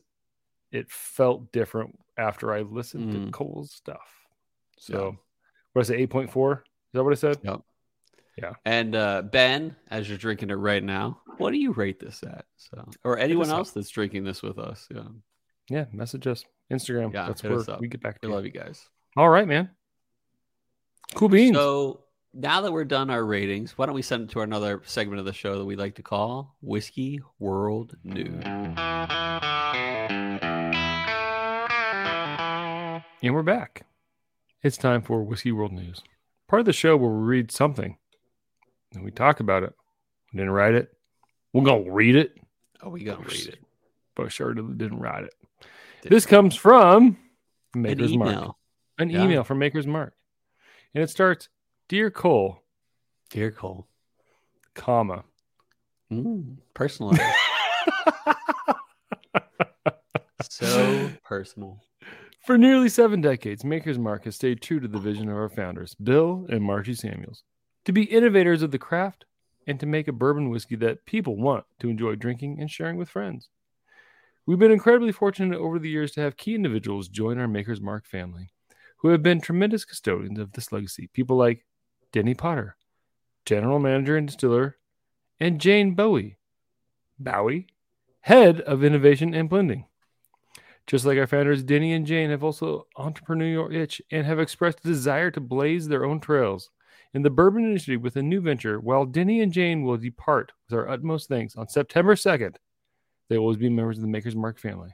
Speaker 2: it felt different after I listened to
Speaker 1: Mm.
Speaker 2: Cole's stuff.
Speaker 1: Yeah.
Speaker 2: So what is it, eight point four? Is that what I said?
Speaker 1: And uh, Ben, as you're drinking it right now, what do you rate this at? So, or anyone
Speaker 2: us up.
Speaker 1: else that's drinking this with us? Yeah,
Speaker 2: Yeah, message us. Instagram.
Speaker 1: Yeah,
Speaker 2: That's
Speaker 1: hit
Speaker 2: where
Speaker 1: us up.
Speaker 2: we get back to
Speaker 1: we
Speaker 2: you.
Speaker 1: love you guys.
Speaker 2: All right, man. Cool beans.
Speaker 1: So now that we're done our ratings, why don't we send it to another segment of the show that we like to call Whiskey World News?
Speaker 2: and we're back. It's time for Whiskey World News. Part of the show where we read something and we talk about it. We didn't write it. We're gonna read it,
Speaker 1: Oh, we gotta read it.
Speaker 2: but sure didn't write it.
Speaker 1: Didn't.
Speaker 2: This comes from
Speaker 1: An
Speaker 2: Maker's Mark.
Speaker 1: email,
Speaker 2: An
Speaker 1: Yeah.
Speaker 2: email from Maker's Mark. And it starts, Dear Cole,
Speaker 1: dear Cole.
Speaker 2: comma.
Speaker 1: Mm, personalized, so personal.
Speaker 2: For nearly seven decades, Maker's Mark has stayed true to the vision of our founders, Bill and Margie Samuels, to be innovators of the craft and to make a bourbon whiskey that people want to enjoy drinking and sharing with friends. We've been incredibly fortunate over the years to have key individuals join our Maker's Mark family who have been tremendous custodians of this legacy. People like Denny Potter, General Manager and Distiller, and Jane Bowie, Bowie, Head of Innovation and Blending. Just like our founders, Denny and Jane have also entrepreneurial itch and have expressed a desire to blaze their own trails in the bourbon industry with a new venture. While Denny and Jane will depart with our utmost thanks on September 2nd, they will always be members of the Maker's Mark family.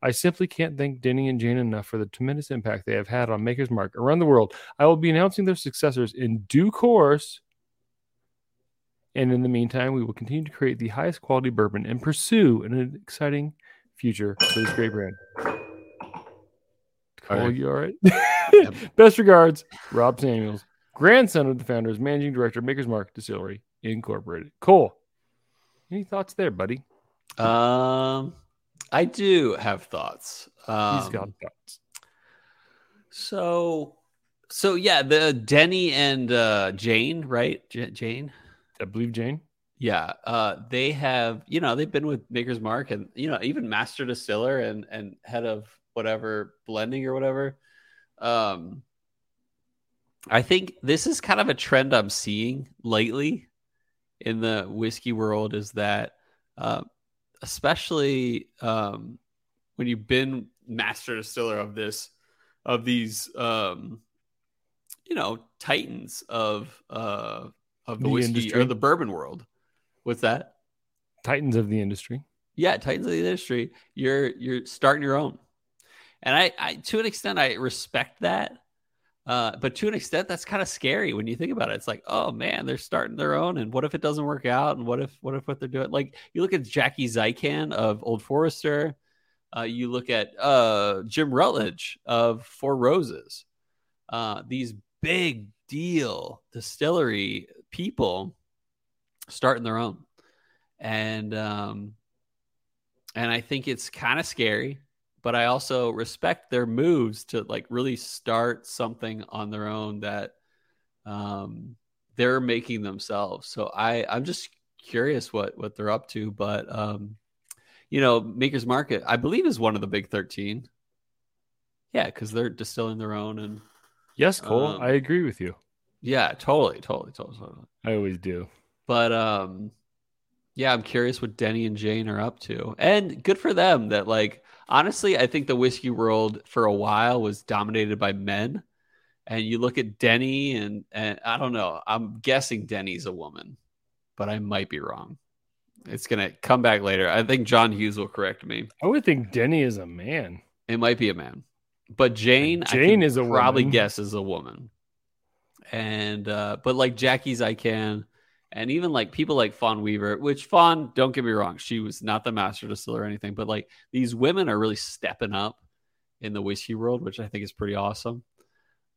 Speaker 2: I simply can't thank Denny and Jane enough for the tremendous impact they have had on Maker's Mark around the world. I will be announcing their successors in due course. And in the meantime, we will continue to create the highest quality bourbon and pursue an exciting future for this great brand.
Speaker 1: All
Speaker 2: Cole,
Speaker 1: right.
Speaker 2: you all right? Best regards, Rob Samuels, grandson of the founders, managing director, Maker's Mark Distillery Incorporated. Cole, any thoughts there, buddy?
Speaker 1: Um, I do have thoughts. Um,
Speaker 2: He's got thoughts.
Speaker 1: so, so yeah, the Denny and uh, Jane, right? J- Jane.
Speaker 2: I believe Jane.
Speaker 1: Yeah, uh, they have. You know, they've been with Maker's Mark, and you know, even master distiller and and head of whatever blending or whatever. Um, I think this is kind of a trend I'm seeing lately in the whiskey world is that, uh, especially um, when you've been master distiller of this, of these, um, you know, titans of uh, of the,
Speaker 2: The
Speaker 1: whiskey
Speaker 2: industry.
Speaker 1: or the bourbon world. What's that?
Speaker 2: Titans of the industry.
Speaker 1: yeah titans of the industry you're you're starting your own and i, I to an extent i respect that uh, but to an extent that's kind of scary when you think about it it's like oh man they're starting their own and what if it doesn't work out and what if what if what they're doing like you look at jackie zykan of old forester uh, you look at uh, jim rutledge of four roses uh, these big deal distillery people starting their own and um, and I think it's kind of scary, but I also respect their moves to like really start something on their own that um, they're making themselves. So I I'm just curious what what they're up to, but um, you know, Maker's Market I believe is one of the big thirteen. Yeah, because they're distilling their own, and
Speaker 2: Yes, Cole,
Speaker 1: Um,
Speaker 2: I agree with you.
Speaker 1: yeah, totally, totally, totally. totally.
Speaker 2: I always do.
Speaker 1: But um yeah, I'm curious what Denny and Jane are up to. And good for them that like honestly, I think the whiskey world for a while was dominated by men. And you look at Denny and and I don't know, I'm guessing Denny's a woman, but I might be wrong. It's going to come back later. I think John Hughes will correct me.
Speaker 2: I would think Denny is a man.
Speaker 1: It might be a man, but Jane, I
Speaker 2: Jane
Speaker 1: can
Speaker 2: is a
Speaker 1: probably
Speaker 2: woman.
Speaker 1: guess is a woman. And uh, but like Jackie's, I can, and even like people like Fawn Weaver, which Fawn, don't get me wrong, she was not the master distiller or anything, but like these women are really stepping up in the whiskey world, which I think is pretty awesome.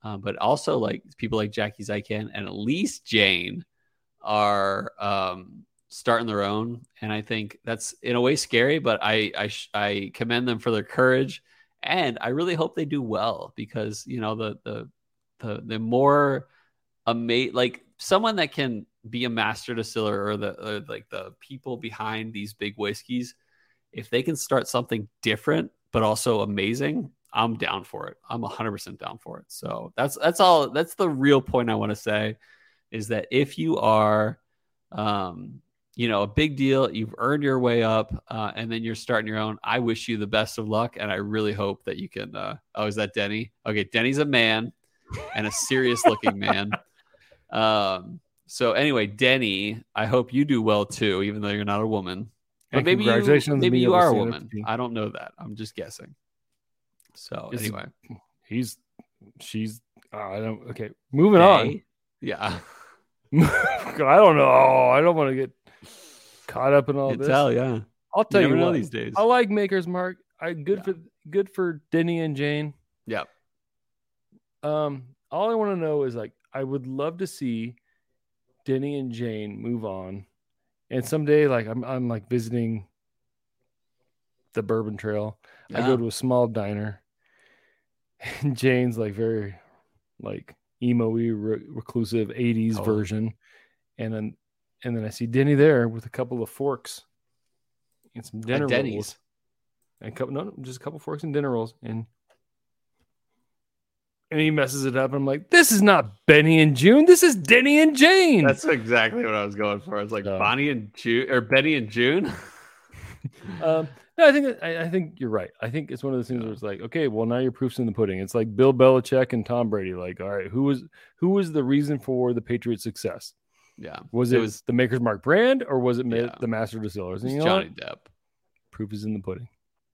Speaker 1: Um, but also like people like Jackie's, I can, and at least Jane are um, starting their own, and I think that's in a way scary, but I I, sh- I commend them for their courage and I really hope they do well because you know the the the, the more ama- like someone that can be a master distiller or the or like the people behind these big whiskeys, if they can start something different but also amazing, I'm down for it. I'm 100% down for it. So that's that's all. That's the real point I want to say is that if you are um, you know, a big deal. You've earned your way up, uh, and then you're starting your own. I wish you the best of luck, and I really hope that you can. Uh, oh, is that Denny? Okay, Denny's a man and a serious looking man. Um, so anyway, Denny, I hope you do well too, even though you're not a woman. But
Speaker 2: And
Speaker 1: maybe you,
Speaker 2: congratulations,
Speaker 1: maybe
Speaker 2: me
Speaker 1: you
Speaker 2: of the
Speaker 1: are a
Speaker 2: CFP.
Speaker 1: woman. I don't know that. I'm just guessing. So
Speaker 2: Is-
Speaker 1: anyway,
Speaker 2: He's, she's, oh, I don't, okay, moving on.
Speaker 1: Hey. yeah,
Speaker 2: I don't know. I don't want to get caught up in all
Speaker 1: you
Speaker 2: this.
Speaker 1: tell, yeah.
Speaker 2: I'll tell you,
Speaker 1: never know
Speaker 2: what.
Speaker 1: these days.
Speaker 2: I like Maker's Mark. I good
Speaker 1: Yeah.
Speaker 2: for good for Denny and Jane.
Speaker 1: Yep.
Speaker 2: Um, all I want to know is like I would love to see Denny and Jane move on, and someday like I'm I'm like visiting the Bourbon Trail. I go
Speaker 1: Yeah.
Speaker 2: to a small diner, and Jane's like very like emo-y re- reclusive '80s
Speaker 1: Totally.
Speaker 2: version, and then and then I see Denny there with a couple of forks and some
Speaker 1: At
Speaker 2: dinner rolls
Speaker 1: Denny's.
Speaker 2: and a couple, no, no, just a couple forks and dinner rolls, and and he messes it up. I'm like, this is not Benny and June. This is Denny and Jane.
Speaker 1: That's exactly what I was going for. It's like
Speaker 2: No.
Speaker 1: Bonnie and June or Benny and June.
Speaker 2: um, no, I think I, I think you're right. I think it's one of those things where it's like, okay, well now your proof's in the pudding. It's like Bill Belichick and Tom Brady. Like, all right, who was who was the reason for the Patriots' success?
Speaker 1: yeah,
Speaker 2: Was
Speaker 1: It
Speaker 2: it,
Speaker 1: was-
Speaker 2: the Maker's Mark brand or was it ma-
Speaker 1: Yeah.
Speaker 2: the Master Distillers?
Speaker 1: it's
Speaker 2: And you know
Speaker 1: Johnny
Speaker 2: what?
Speaker 1: Depp.
Speaker 2: Proof is in the pudding.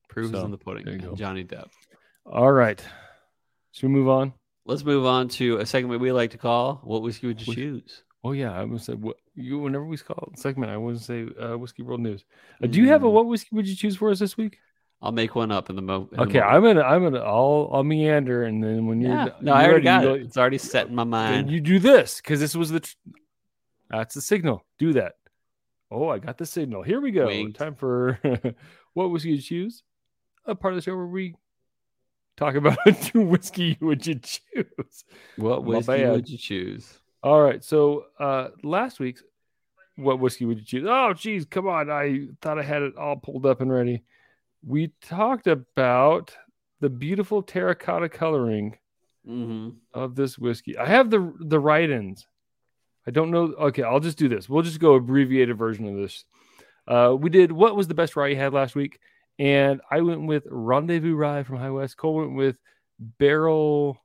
Speaker 1: Proof is
Speaker 2: So,
Speaker 1: in the pudding.
Speaker 2: there you
Speaker 1: and
Speaker 2: go.
Speaker 1: Johnny Depp.
Speaker 2: All right, should we move on?
Speaker 1: Let's move on to a segment we like to call "What Whiskey Would You
Speaker 2: Whis-
Speaker 1: Choose."
Speaker 2: Oh yeah, I would say what you whenever we call it segment, I would say uh, whiskey world news. Uh, do you have a
Speaker 1: Mm.
Speaker 2: what whiskey would you choose for us this week?
Speaker 1: I'll make one up in the, mo- in the
Speaker 2: Okay,
Speaker 1: moment.
Speaker 2: I'm gonna I'm gonna I'll I'll meander and then when you're
Speaker 1: yeah.
Speaker 2: d-
Speaker 1: No,
Speaker 2: you're
Speaker 1: I already
Speaker 2: ready,
Speaker 1: got
Speaker 2: you
Speaker 1: it. It's already set in my
Speaker 2: go- then
Speaker 1: mind.
Speaker 2: you do this because this was the tr- that's the signal. Do that. Oh, I got the signal. Here we go.
Speaker 1: Winged.
Speaker 2: Time for what whiskey you choose? A part of the show where we talk about which whiskey would you choose.
Speaker 1: what
Speaker 2: my
Speaker 1: whiskey
Speaker 2: bad.
Speaker 1: would you choose?
Speaker 2: All right. So uh last week's what whiskey would you choose? Oh, geez, come on. I thought I had it all pulled up and ready. We talked about the beautiful terracotta coloring
Speaker 1: Mm-hmm.
Speaker 2: of this whiskey. I have the the write-ins. I don't know. Okay, I'll just do this. We'll just go abbreviated version of this. Uh, we did what was the best rye you had last week, and I went with Rendezvous Rye from High West. Cole went with Barrel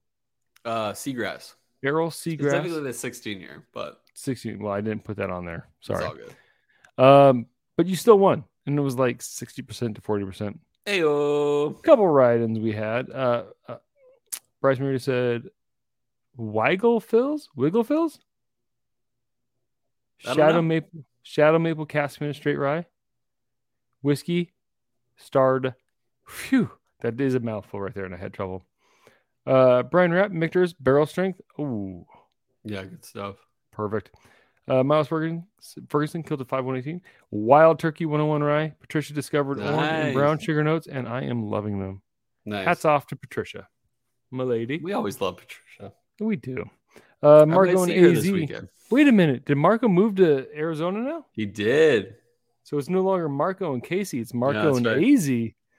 Speaker 1: Uh, seagrass.
Speaker 2: Barrel
Speaker 1: Specifically
Speaker 2: Seagrass
Speaker 1: the 16 year, but
Speaker 2: sixteen. Well, I didn't put that on there.
Speaker 1: it's
Speaker 2: Sorry.
Speaker 1: all good.
Speaker 2: Um, but you still won, and it was like sixty percent to forty percent.
Speaker 1: Ayo.
Speaker 2: couple ride-ins we had. Uh, uh, Bryce Murray said, "Wiggle fills, wiggle fills,
Speaker 1: I don't
Speaker 2: shadow
Speaker 1: know.
Speaker 2: maple, shadow maple cast in straight rye, whiskey, starred." Phew, that is a mouthful right there, and I had trouble. Uh, Brian Rapp, Michter's barrel strength. Ooh,
Speaker 1: Yeah, good stuff.
Speaker 2: perfect. Uh, Miles Ferguson, Ferguson killed at 5118. Wild Turkey 101 Rye. Patricia discovered orange and
Speaker 1: Nice.
Speaker 2: brown sugar notes, and I am loving them.
Speaker 1: Nice.
Speaker 2: Hats off to Patricia, milady.
Speaker 1: we always love Patricia.
Speaker 2: We do. Uh,
Speaker 1: I might
Speaker 2: Marco and
Speaker 1: see her this
Speaker 2: AZ.
Speaker 1: weekend.
Speaker 2: Wait a minute. Did Marco move to Arizona now?
Speaker 1: He did.
Speaker 2: So it's no longer Marco and Casey. It's Marco
Speaker 1: that's
Speaker 2: and
Speaker 1: right.
Speaker 2: AZ.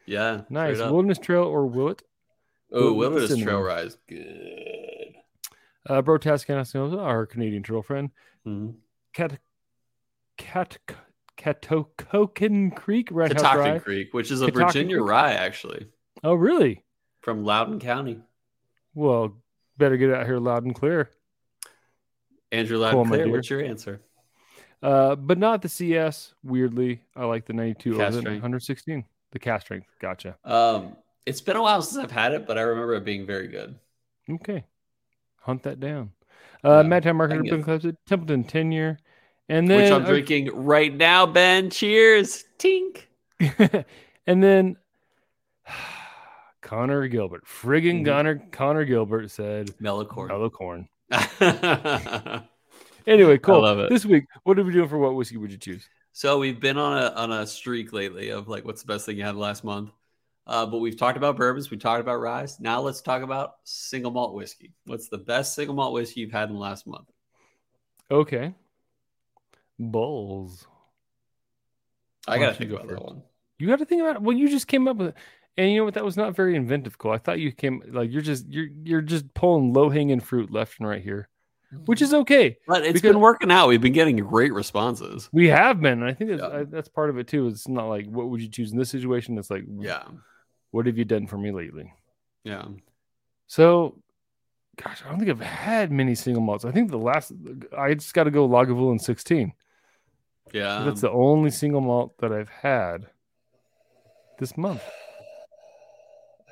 Speaker 1: Yeah.
Speaker 2: Nice.
Speaker 1: straight up.
Speaker 2: Wilderness Trail or Willet.
Speaker 1: Oh,
Speaker 2: Wilton
Speaker 1: Wilderness
Speaker 2: Cinnamon.
Speaker 1: Trail Rise. Good.
Speaker 2: Uh, Bro Tascanosa, our Canadian turtle friend.
Speaker 1: Mhm.
Speaker 2: Cat, Cat, Catococan Creek Red House
Speaker 1: Catoctin
Speaker 2: Rye.
Speaker 1: Creek, which is a
Speaker 2: Catoctin
Speaker 1: Virginia
Speaker 2: Creek.
Speaker 1: rye, actually,
Speaker 2: Oh, really?
Speaker 1: from Loudoun County.
Speaker 2: Well, better get out here loud and clear.
Speaker 1: Andrew
Speaker 2: Cool,
Speaker 1: Loudoun
Speaker 2: my
Speaker 1: Claire,
Speaker 2: dear.
Speaker 1: what's your answer?
Speaker 2: Uh, but not the CS. Weirdly, I like the 92
Speaker 1: Cast
Speaker 2: over the
Speaker 1: strength.
Speaker 2: 116. The cast strength. Gotcha.
Speaker 1: Um, it's been a while since I've had it, but I remember it being very good.
Speaker 2: Okay. Hunt that down. Uh,
Speaker 1: Yeah,
Speaker 2: Mad Time
Speaker 1: I
Speaker 2: Marketer,
Speaker 1: can
Speaker 2: Ben Clemson, Templeton Tenure. And then uh,
Speaker 1: Which I'm drinking right now, Ben. Cheers. Tink.
Speaker 2: and then Connor Gilbert. Friggin'
Speaker 1: Mhm.
Speaker 2: Connor Connor Gilbert said
Speaker 1: Melicorn.
Speaker 2: mellow corn.
Speaker 1: so
Speaker 2: Anyway, cool.
Speaker 1: love it.
Speaker 2: This week, what are we doing for what whiskey would you choose?
Speaker 1: we've been on a on a streak lately of like what's the best thing you had last month. Uh, but we've talked about bourbons, we talked about rye. Now let's talk about single malt whiskey. What's the best single malt whiskey you've had in the last month?
Speaker 2: Okay. Bulls.
Speaker 1: I
Speaker 2: Why
Speaker 1: gotta
Speaker 2: don't you
Speaker 1: think
Speaker 2: go
Speaker 1: about that
Speaker 2: first?
Speaker 1: one.
Speaker 2: You got to think about it. Well, you just came up with it. And you know what? That was not very inventive, Cole. I thought you came like you're just you're you're just pulling low hanging fruit left and right here, which
Speaker 1: Mm-hmm.
Speaker 2: is okay.
Speaker 1: but it's
Speaker 2: because-
Speaker 1: been working out. We've been getting great responses.
Speaker 2: We have been. And I think that's,
Speaker 1: Yeah.
Speaker 2: I, that's part of it too. It's not like what would you choose in this situation. It's like,
Speaker 1: Yeah.
Speaker 2: what have you done for me lately?
Speaker 1: Yeah.
Speaker 2: So, gosh, I don't think I've had many single malts. I think the last I just got to go Lagavulin 16.
Speaker 1: Yeah.
Speaker 2: that's the only single malt that I've had this month.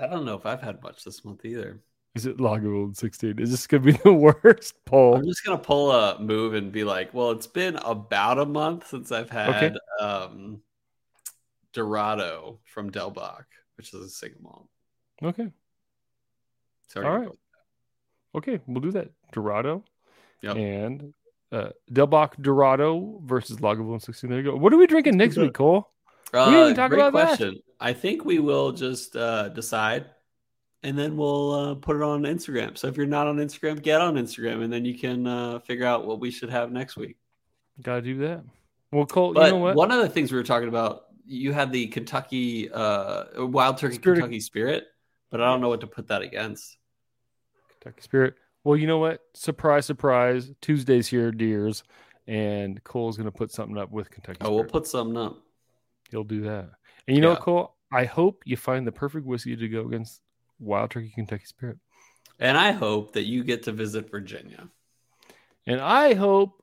Speaker 1: I don't know if I've had much this month either.
Speaker 2: Is it Lagavulin 16? Is this gonna be the worst poll?
Speaker 1: I'm just gonna pull a move and be like, well, it's been about a month since I've had um Dorado from Delbach, which is a single malt.
Speaker 2: Okay,
Speaker 1: Sorry.
Speaker 2: All right. okay, we'll do that. Dorado
Speaker 1: Yep.
Speaker 2: and uh, Delbach Dorado versus Lagavulin 16. There you go. What are we drinking next week, Cole?
Speaker 1: Uh,
Speaker 2: We didn't talk
Speaker 1: great
Speaker 2: about that.
Speaker 1: question. I think we will just uh, decide and then we'll uh, put it on Instagram. So if you're not on Instagram, get on Instagram and then you can uh, figure out what we should have next week.
Speaker 2: Gotta do that. Well, Cole,
Speaker 1: But
Speaker 2: you know what?
Speaker 1: one of the things we were talking about, you had the Kentucky uh, Wild Turkey
Speaker 2: Spirit of-
Speaker 1: Kentucky Spirit, but I don't know what to put that against.
Speaker 2: Kentucky Spirit. Well, you know what? Surprise, surprise. Tuesday's here, dears. And Cole's gonna put something up with Kentucky
Speaker 1: Oh, we'll
Speaker 2: Spirit.
Speaker 1: put something up.
Speaker 2: He'll do that. And you know
Speaker 1: Yeah.
Speaker 2: what, Cole? I hope you find the perfect whiskey to go against Wild Turkey Kentucky Spirit.
Speaker 1: And I hope that you get to visit Virginia.
Speaker 2: And I hope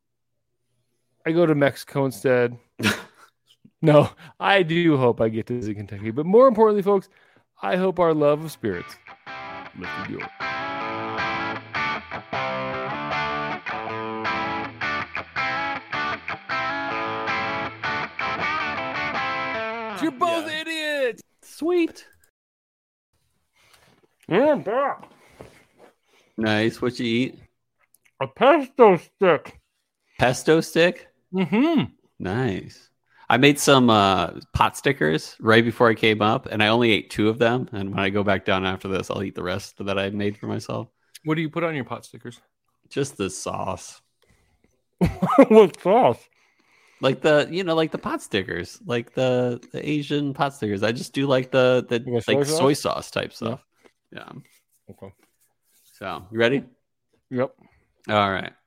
Speaker 2: I go to Mexico instead. no, I do hope I get to visit Kentucky. But more importantly, folks, I hope our love of spirits lifted yours. You're both
Speaker 1: Yeah.
Speaker 2: idiots.
Speaker 1: Sweet.
Speaker 2: Mm, bah.
Speaker 1: Nice. What you eat?
Speaker 2: a pesto stick.
Speaker 1: Pesto stick?
Speaker 2: Mm-hmm.
Speaker 1: Nice. I made some uh, pot stickers right before I came up, and I only ate two of them. And when I go back down after this, I'll eat the rest that I made for myself.
Speaker 2: What do you put on your pot stickers?
Speaker 1: Just the sauce.
Speaker 2: what sauce?
Speaker 1: like the you know like the pot stickers, like the, the Asian pot stickers. I just do like the the
Speaker 2: Like a
Speaker 1: like
Speaker 2: soy
Speaker 1: soy sauce type stuff. Yeah.
Speaker 2: Okay.
Speaker 1: So you ready?
Speaker 2: Yep.
Speaker 1: All right.